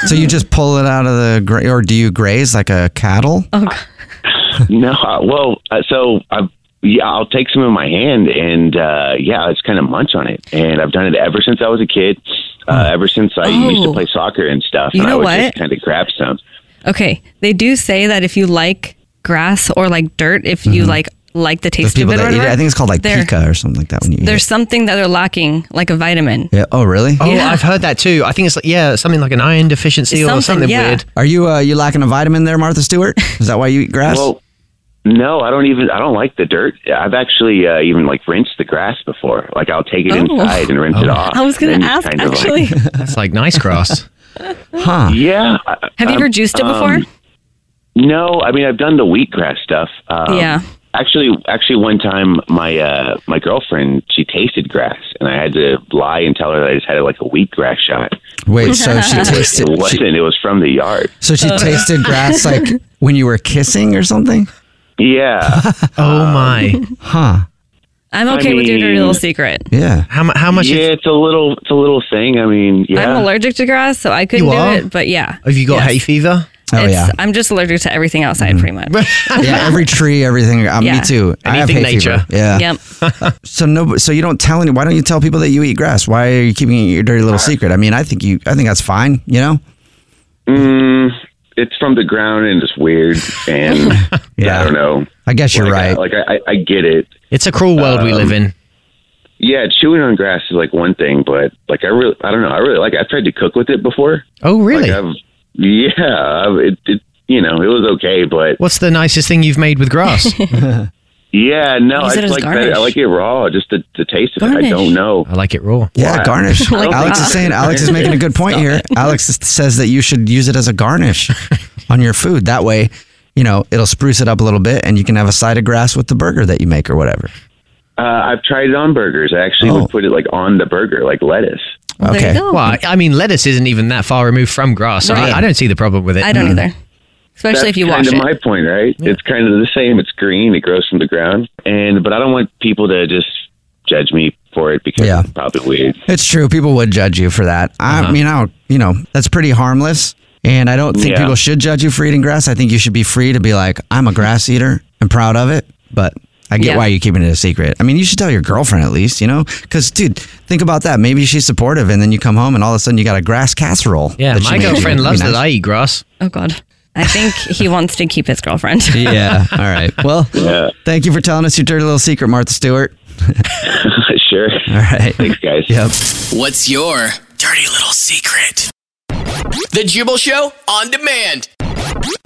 Speaker 3: So you just pull it out of the gra- or do you graze like a cattle?
Speaker 4: Oh,
Speaker 17: no, uh, well, uh, so I, yeah, I'll take some in my hand and uh, yeah, I just kind of munch on it, and I've done it ever since I was a kid. Uh, ever since I used to
Speaker 5: Hmm. Oh.
Speaker 17: play soccer and stuff,
Speaker 5: You
Speaker 17: and I
Speaker 5: know
Speaker 17: would
Speaker 5: what?
Speaker 17: just kind of grab some.
Speaker 5: Okay, they do say that if you like grass or like dirt, if you like like the
Speaker 3: Those
Speaker 5: taste of
Speaker 3: Mm-hmm. people
Speaker 5: it, or
Speaker 3: that eat it,
Speaker 5: whatever,
Speaker 3: I think it's called like
Speaker 5: there-
Speaker 3: pica or something like that when you eat
Speaker 5: There's something that they're lacking, like a vitamin.
Speaker 3: it. Yeah. Oh, really?
Speaker 4: Oh, I've heard that too. I think it's like, yeah, something like an iron deficiency or something weird.
Speaker 3: Are you uh, you lacking a vitamin there, Martha Stewart? Is that why you eat grass?
Speaker 17: Well, no, I don't even. I don't like the dirt. I've actually uh, even like rinsed the grass before. Like I'll take it
Speaker 5: Oh.
Speaker 17: inside and rinse it
Speaker 5: Oh.
Speaker 17: off.
Speaker 5: I was gonna
Speaker 17: and then just
Speaker 5: ask,
Speaker 17: kind of, like-
Speaker 5: actually.
Speaker 4: That's like nice grass.
Speaker 3: huh?
Speaker 17: Yeah. um,
Speaker 5: Have you ever juiced it before?
Speaker 17: No, I mean I've done the wheatgrass stuff. Um,
Speaker 5: Yeah.
Speaker 17: Actually, actually, one time my uh, my girlfriend she tasted grass, and I had to lie and tell her that I just had like a wheatgrass shot.
Speaker 3: Wait, so she
Speaker 17: It
Speaker 3: tasted-
Speaker 17: It wasn't. it was from the yard.
Speaker 3: So
Speaker 4: Uh.
Speaker 3: she tasted grass like when you were kissing or something?
Speaker 17: Yeah.
Speaker 4: oh my.
Speaker 3: Huh.
Speaker 5: I'm
Speaker 17: I
Speaker 5: okay with your dirty
Speaker 17: mean-
Speaker 5: little secret.
Speaker 3: Yeah.
Speaker 4: How mu- how much?
Speaker 17: Yeah, it's a little it's a little thing. I mean, yeah.
Speaker 5: I'm allergic to grass, so I couldn't
Speaker 4: You
Speaker 5: do
Speaker 4: are?
Speaker 5: it. But yeah,
Speaker 4: Have you got
Speaker 5: Yes.
Speaker 4: hay
Speaker 3: Oh,
Speaker 4: fever?
Speaker 5: It's- I'm just allergic to everything outside,
Speaker 3: Mm-hmm.
Speaker 5: pretty much.
Speaker 3: yeah, every tree, everything. Um,
Speaker 5: Yeah.
Speaker 3: Me too. I have
Speaker 4: Anything
Speaker 3: hay fever.
Speaker 4: nature.
Speaker 3: Yeah.
Speaker 5: Yep.
Speaker 3: So no. So you don't tell any. Why don't you tell people that you eat grass? Why are you keeping it your dirty little secret? I mean, I think you. I think that's fine. You know.
Speaker 17: Mm, it's from the ground and it's weird and I don't know.
Speaker 3: I guess you're
Speaker 17: right. like I, I, I get it.
Speaker 4: It's a cruel world
Speaker 3: Uh,
Speaker 4: we live in.
Speaker 17: Um, Yeah, chewing on grass is like one thing, but like I really, I don't know. I really like. It. I've tried to cook with it before.
Speaker 4: Oh, really?
Speaker 17: Like I've, yeah, I've, it, it. You know, it was okay, but
Speaker 4: What's the nicest thing you've made with grass?
Speaker 17: yeah, no,
Speaker 4: Use
Speaker 17: I
Speaker 4: it
Speaker 17: just
Speaker 4: as
Speaker 17: like that.
Speaker 4: garnish.
Speaker 17: I like it raw. Just the, the taste of it. I
Speaker 4: Garnish.
Speaker 17: don't know. Uh,
Speaker 4: I like it raw.
Speaker 3: Yeah,
Speaker 17: Why?
Speaker 3: garnish.
Speaker 17: I don't
Speaker 3: Alex
Speaker 17: think-
Speaker 3: is saying Alex is making a good point here. Alex is- says that you should use it as a garnish on your food. That way, you know, it'll spruce it up a little bit, and you can have a side of grass with the burger that you make or whatever.
Speaker 17: Uh, I've tried it on burgers. I actually
Speaker 3: Oh.
Speaker 17: would put it like on the burger, like lettuce.
Speaker 3: okay.
Speaker 4: Well, I, I mean, lettuce isn't even that far removed from grass. so
Speaker 17: Right.
Speaker 4: I, I don't see the problem with it. Hmm.
Speaker 5: I don't either. Especially
Speaker 17: That's
Speaker 5: if you
Speaker 17: kind
Speaker 5: wash
Speaker 17: of
Speaker 5: it.
Speaker 17: my point, right? It's kind of the same. It's green. It grows from the ground, and but I don't want people to just judge me for it because it's probably weird.
Speaker 3: It's true. People would judge you for that. I
Speaker 17: Uh-huh.
Speaker 3: mean, I don't, you know, that's pretty harmless. And I don't think
Speaker 17: Yeah.
Speaker 3: people should judge you for eating grass. I think you should be free to be like, I'm a grass eater and proud of it. But I get
Speaker 17: Yeah.
Speaker 3: why you're keeping it a secret. I mean, you should tell your girlfriend at least, you know? Because, dude, think about that. Maybe she's supportive, and then you come home and all of a sudden you got a grass casserole.
Speaker 4: Yeah,
Speaker 3: that she
Speaker 4: my
Speaker 3: made you.
Speaker 4: girlfriend
Speaker 3: It'd be
Speaker 4: loves
Speaker 3: nice.
Speaker 4: that I eat grass.
Speaker 5: Oh God, I think he wants to keep his girlfriend.
Speaker 3: yeah. All right. Well, thank you for telling us your dirty little secret, Martha Stewart.
Speaker 17: sure.
Speaker 3: All right.
Speaker 17: Thanks, guys.
Speaker 3: Yep.
Speaker 6: What's your dirty little secret? The Jubal Show on demand.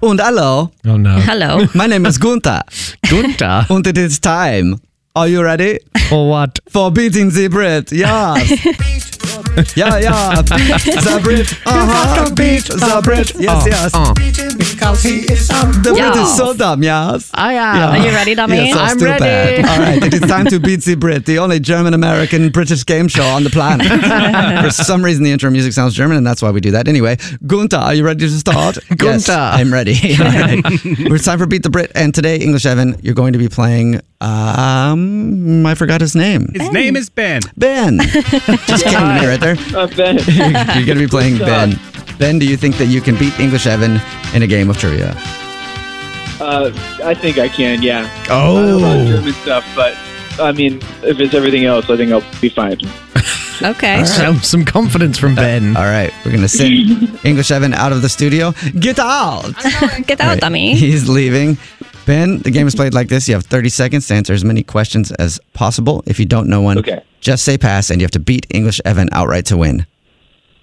Speaker 3: Und hello.
Speaker 4: Oh no.
Speaker 5: Hello.
Speaker 3: My name is Gunther.
Speaker 4: Gunther.
Speaker 3: And it is time. Are you ready?
Speaker 4: For what?
Speaker 3: For beating the bread. Yeah. yeah, yeah. Beat the bread.
Speaker 13: You have
Speaker 3: Uh-huh.
Speaker 13: to
Speaker 3: Beat the bread. Yes,
Speaker 4: Ah, Oh,
Speaker 13: Uh,
Speaker 3: yes.
Speaker 13: uh.
Speaker 3: Because he is The bread is so dumb, yes.
Speaker 4: I
Speaker 13: am. Are you ready, dummy?
Speaker 3: Yes,
Speaker 13: I'm
Speaker 3: stupid.
Speaker 13: ready.
Speaker 3: All right, it is time to beat the Brit, the only German-American British game show on the planet. For some reason, the intro music sounds German, and that's why we do that. Anyway, Gunther, are you ready to start?
Speaker 4: Gunther.
Speaker 3: Yes, I'm ready. All right. It's time for Beat the Brit, and today, English Evan, you're going to be playing. Um, I forgot his name.
Speaker 18: His name is Ben.
Speaker 3: Ben. Just came to me right there.
Speaker 18: Ben.
Speaker 3: You're going to be playing Ben. Ben, do you think that you can beat English Evan in a game of trivia?
Speaker 13: Uh, I think I can, yeah.
Speaker 3: Oh.
Speaker 13: I don't like German stuff, but I mean, if it's everything else, I think I'll be fine.
Speaker 5: Okay.
Speaker 4: Some, some confidence from Ben.
Speaker 3: Uh, All right, we're gonna send English Evan out of the studio. Get out!
Speaker 5: Get
Speaker 3: All
Speaker 5: out,
Speaker 3: right,
Speaker 5: dummy.
Speaker 3: He's leaving. Ben, the game is played like this: you have 30 seconds to answer as many questions as possible. If you don't know one,
Speaker 18: Okay.
Speaker 3: just say pass, and you have to beat English Evan outright to win.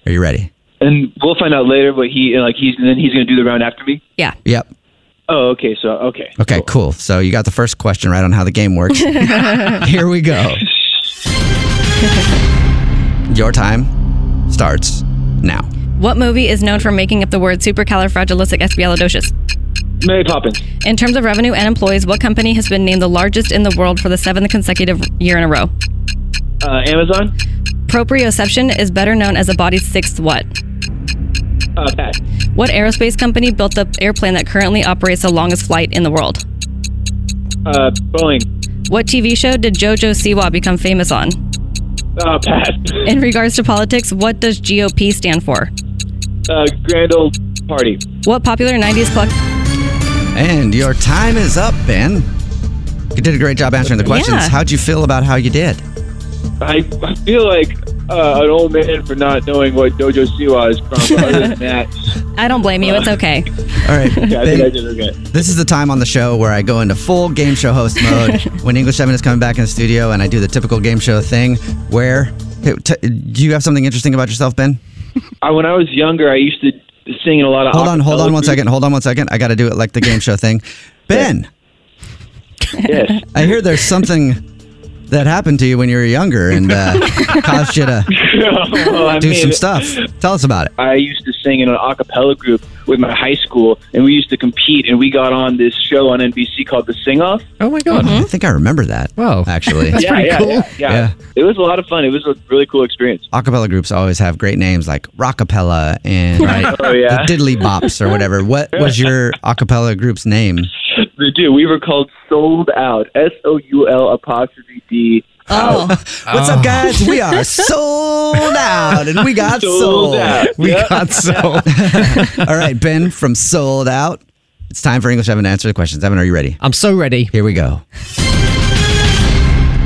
Speaker 3: Are you ready?
Speaker 18: And we'll find out later, but he like he's and then he's gonna do the round after me.
Speaker 5: Yeah.
Speaker 3: Yep.
Speaker 18: Oh, okay. So okay.
Speaker 3: Okay, cool. So you got the first question right on how the game works. Here we go. Your time starts now.
Speaker 5: What movie is known for making up the word supercalifragilisticexpialidocious?
Speaker 18: Mary Poppins.
Speaker 5: In terms of revenue and employees, what company has been named the largest in the world for the seventh consecutive year in a row?
Speaker 18: Uh, Amazon.
Speaker 5: Proprioception is better known as a body's sixth what?
Speaker 18: Uh, Pat.
Speaker 5: What aerospace company built the airplane that currently operates the longest flight in the world?
Speaker 18: Uh, Boeing.
Speaker 5: What TV show did JoJo Siwa become famous on?
Speaker 18: Uh, Pat.
Speaker 5: In regards to politics, what does GOP stand for?
Speaker 18: Uh, grand old party.
Speaker 5: What popular 90s collect-
Speaker 3: And your time is up, Ben. You did a great job answering the questions.
Speaker 18: Yeah.
Speaker 3: How'd you feel about how you did?
Speaker 18: I, I feel like uh, an old man for not knowing what Dojo Siwa is from. but other than that,
Speaker 5: I don't blame you. It's
Speaker 18: Uh.
Speaker 5: okay.
Speaker 3: All right.
Speaker 18: yeah, I
Speaker 3: Ben,
Speaker 18: think I did okay.
Speaker 3: This is the time on the show where I go into full game show host mode when English 7 is coming back in the studio and I do the typical game show thing where. Hey, t- do you have something interesting about yourself, Ben?
Speaker 18: I, when I was younger, I used to sing in a lot of.
Speaker 3: Hold on, hold on
Speaker 18: acapella
Speaker 3: one
Speaker 18: groups.
Speaker 3: second. Hold on one second. I got to do it like the game show thing. Ben,
Speaker 18: Yes.
Speaker 3: I hear there's something that happened to you when you were younger and uh, caused you to
Speaker 18: Well, I
Speaker 3: do
Speaker 18: mean,
Speaker 3: some stuff. Tell us about it.
Speaker 18: I used to sing in an a cappella group with my high school, and we used to compete, and we got on this show on NBC called The Sing Off.
Speaker 4: Oh my
Speaker 18: Mm-hmm.
Speaker 4: god!
Speaker 3: I think I remember that.
Speaker 4: Wow,
Speaker 3: actually,
Speaker 18: yeah, yeah, Yeah, yeah.
Speaker 3: Yeah.
Speaker 18: It was a lot of fun. It was a really cool experience.
Speaker 3: Acapella groups always have great names like Rockapella and
Speaker 18: Right. Oh, yeah.
Speaker 3: the Diddly Bops or whatever. What was your acapella group's name?
Speaker 18: The dude, we were called Sold Out. S O U L apostrophe D.
Speaker 5: Oh.
Speaker 3: What's up, guys? We are sold out, and we got sold.
Speaker 18: Sold out.
Speaker 3: We
Speaker 18: Yep.
Speaker 3: got sold. All right, Ben from Sold Out. It's time for English Evan to answer the questions. Evan, are you ready?
Speaker 4: I'm so ready.
Speaker 3: Here we go.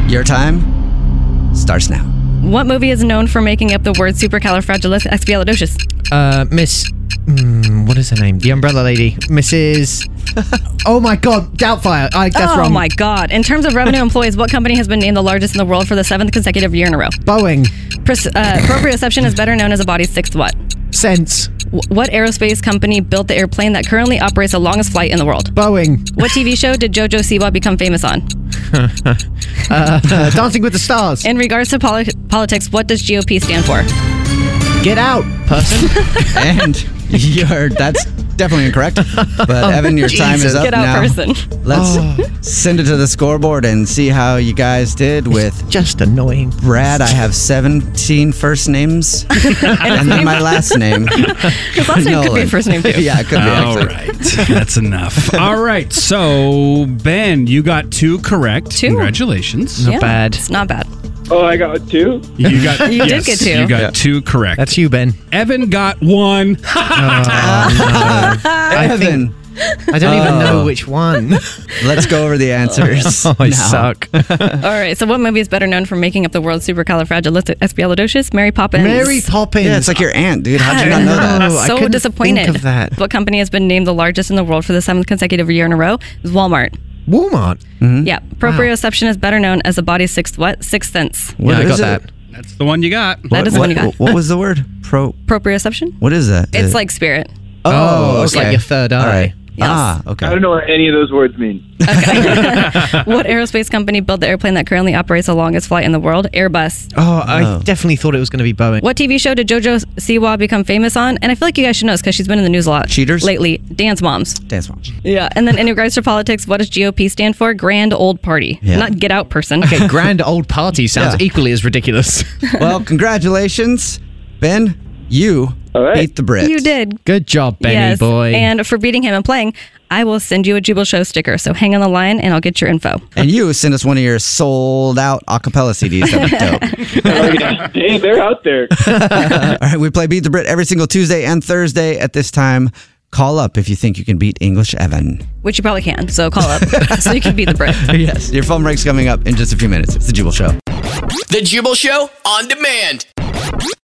Speaker 3: Your time starts now.
Speaker 5: What movie is known for making up the word supercalifragilisticexpialidocious?
Speaker 4: Uh, Miss. Mm, what is her name? The Umbrella Lady. Mrs. oh my God, Doubtfire. I guess
Speaker 5: oh
Speaker 4: wrong.
Speaker 5: my god. In terms of revenue employees, what company has been named the largest in the world for the seventh consecutive year in a row?
Speaker 4: Boeing.
Speaker 5: Pres- uh, proprioception is better known as a body's sixth what?
Speaker 4: Sense.
Speaker 5: W- what aerospace company built the airplane that currently operates the longest flight in the world?
Speaker 4: Boeing.
Speaker 5: What TV show did JoJo Siwa become famous on?
Speaker 4: uh, Dancing with the Stars.
Speaker 5: In regards to poli- politics, what does GOP stand for?
Speaker 4: Get out, person.
Speaker 3: And your that's definitely incorrect. But Evan, your time is
Speaker 5: Jesus.
Speaker 3: up
Speaker 5: Get out,
Speaker 3: now.
Speaker 5: person.
Speaker 3: Let's send it to the scoreboard and see how you guys did with
Speaker 4: just annoying.
Speaker 3: Brad, I have 17 first names and then my last name.
Speaker 5: His last name could be
Speaker 3: Nolan.
Speaker 5: first name, too.
Speaker 3: yeah, it could be.
Speaker 19: All
Speaker 3: actually.
Speaker 19: right, that's enough. All right,
Speaker 20: Oh,
Speaker 19: so Ben, you got two correct. Two. Congratulations.
Speaker 5: Yeah, It's not bad.
Speaker 14: Oh, I got two.
Speaker 20: You got yes, You got two correct. That's
Speaker 4: you, Ben. Oh,
Speaker 20: Evan got one.
Speaker 4: I think- I don't even know which one.
Speaker 3: Oh. Let's go over the answers.
Speaker 4: Oh, I
Speaker 3: now.
Speaker 4: suck.
Speaker 5: All right. So, what movie is better known for making up the world supercalifragilisticexpialidocious? Mary Poppins.
Speaker 3: Mary Poppins. Yeah, it's like your aunt, dude. How'd you
Speaker 5: I
Speaker 3: not know that?
Speaker 5: know. So disappointed. What company has been named the largest in the world for the seventh consecutive year in a row? It was Walmart.
Speaker 4: Walmart.
Speaker 3: Mm-hmm. Hmm?
Speaker 5: Yeah. Proprioception is better known as the body's sixth what? Sixth sense.
Speaker 3: What is it?
Speaker 20: That's the one you got.
Speaker 5: Uh, That is the one you got.
Speaker 3: What was the word? Pro.
Speaker 5: Proprioception.
Speaker 3: What is that?
Speaker 5: It's like spirit.
Speaker 3: Oh,
Speaker 4: it's like
Speaker 3: okay.
Speaker 4: your third
Speaker 3: All
Speaker 4: eye.
Speaker 3: right. Ah, okay.
Speaker 14: I don't know what any of those words mean.
Speaker 5: what aerospace company built the airplane that currently operates the longest flight in the world? Airbus.
Speaker 4: Oh, I definitely thought it was going to be Boeing.
Speaker 5: What TV show did JoJo Siwa become famous on? And I feel like you guys should know this because she's been in the news a lot.
Speaker 3: Cheaters?
Speaker 5: Lately. Dance Moms.
Speaker 3: Dance moms.
Speaker 5: Yeah. And then in regards to politics, what does GOP stand for? Grand Old Party.
Speaker 3: Yeah.
Speaker 5: Not get out person.
Speaker 4: Okay, grand old party sounds
Speaker 3: Yeah.
Speaker 4: equally as ridiculous.
Speaker 3: well, congratulations, Ben. You beat the Brit.
Speaker 5: You did.
Speaker 4: Good job, Benny
Speaker 5: yes.
Speaker 4: boy.
Speaker 5: And for beating him and playing, I will send you a Jubal Show sticker. So hang on the line and I'll get your info.
Speaker 3: and you sent us one of your sold out acapella CDs. That was dope.
Speaker 14: Hey, they're out there.
Speaker 3: All right, we play Beat the Brit every single Tuesday and Thursday at this time. Call up if you think you can beat English Evan.
Speaker 5: Which you probably can. So call up so you can beat the Brit.
Speaker 3: yes, your phone break's coming up in just a few minutes. It's the Jubal Show.
Speaker 17: The Jubal Show on demand.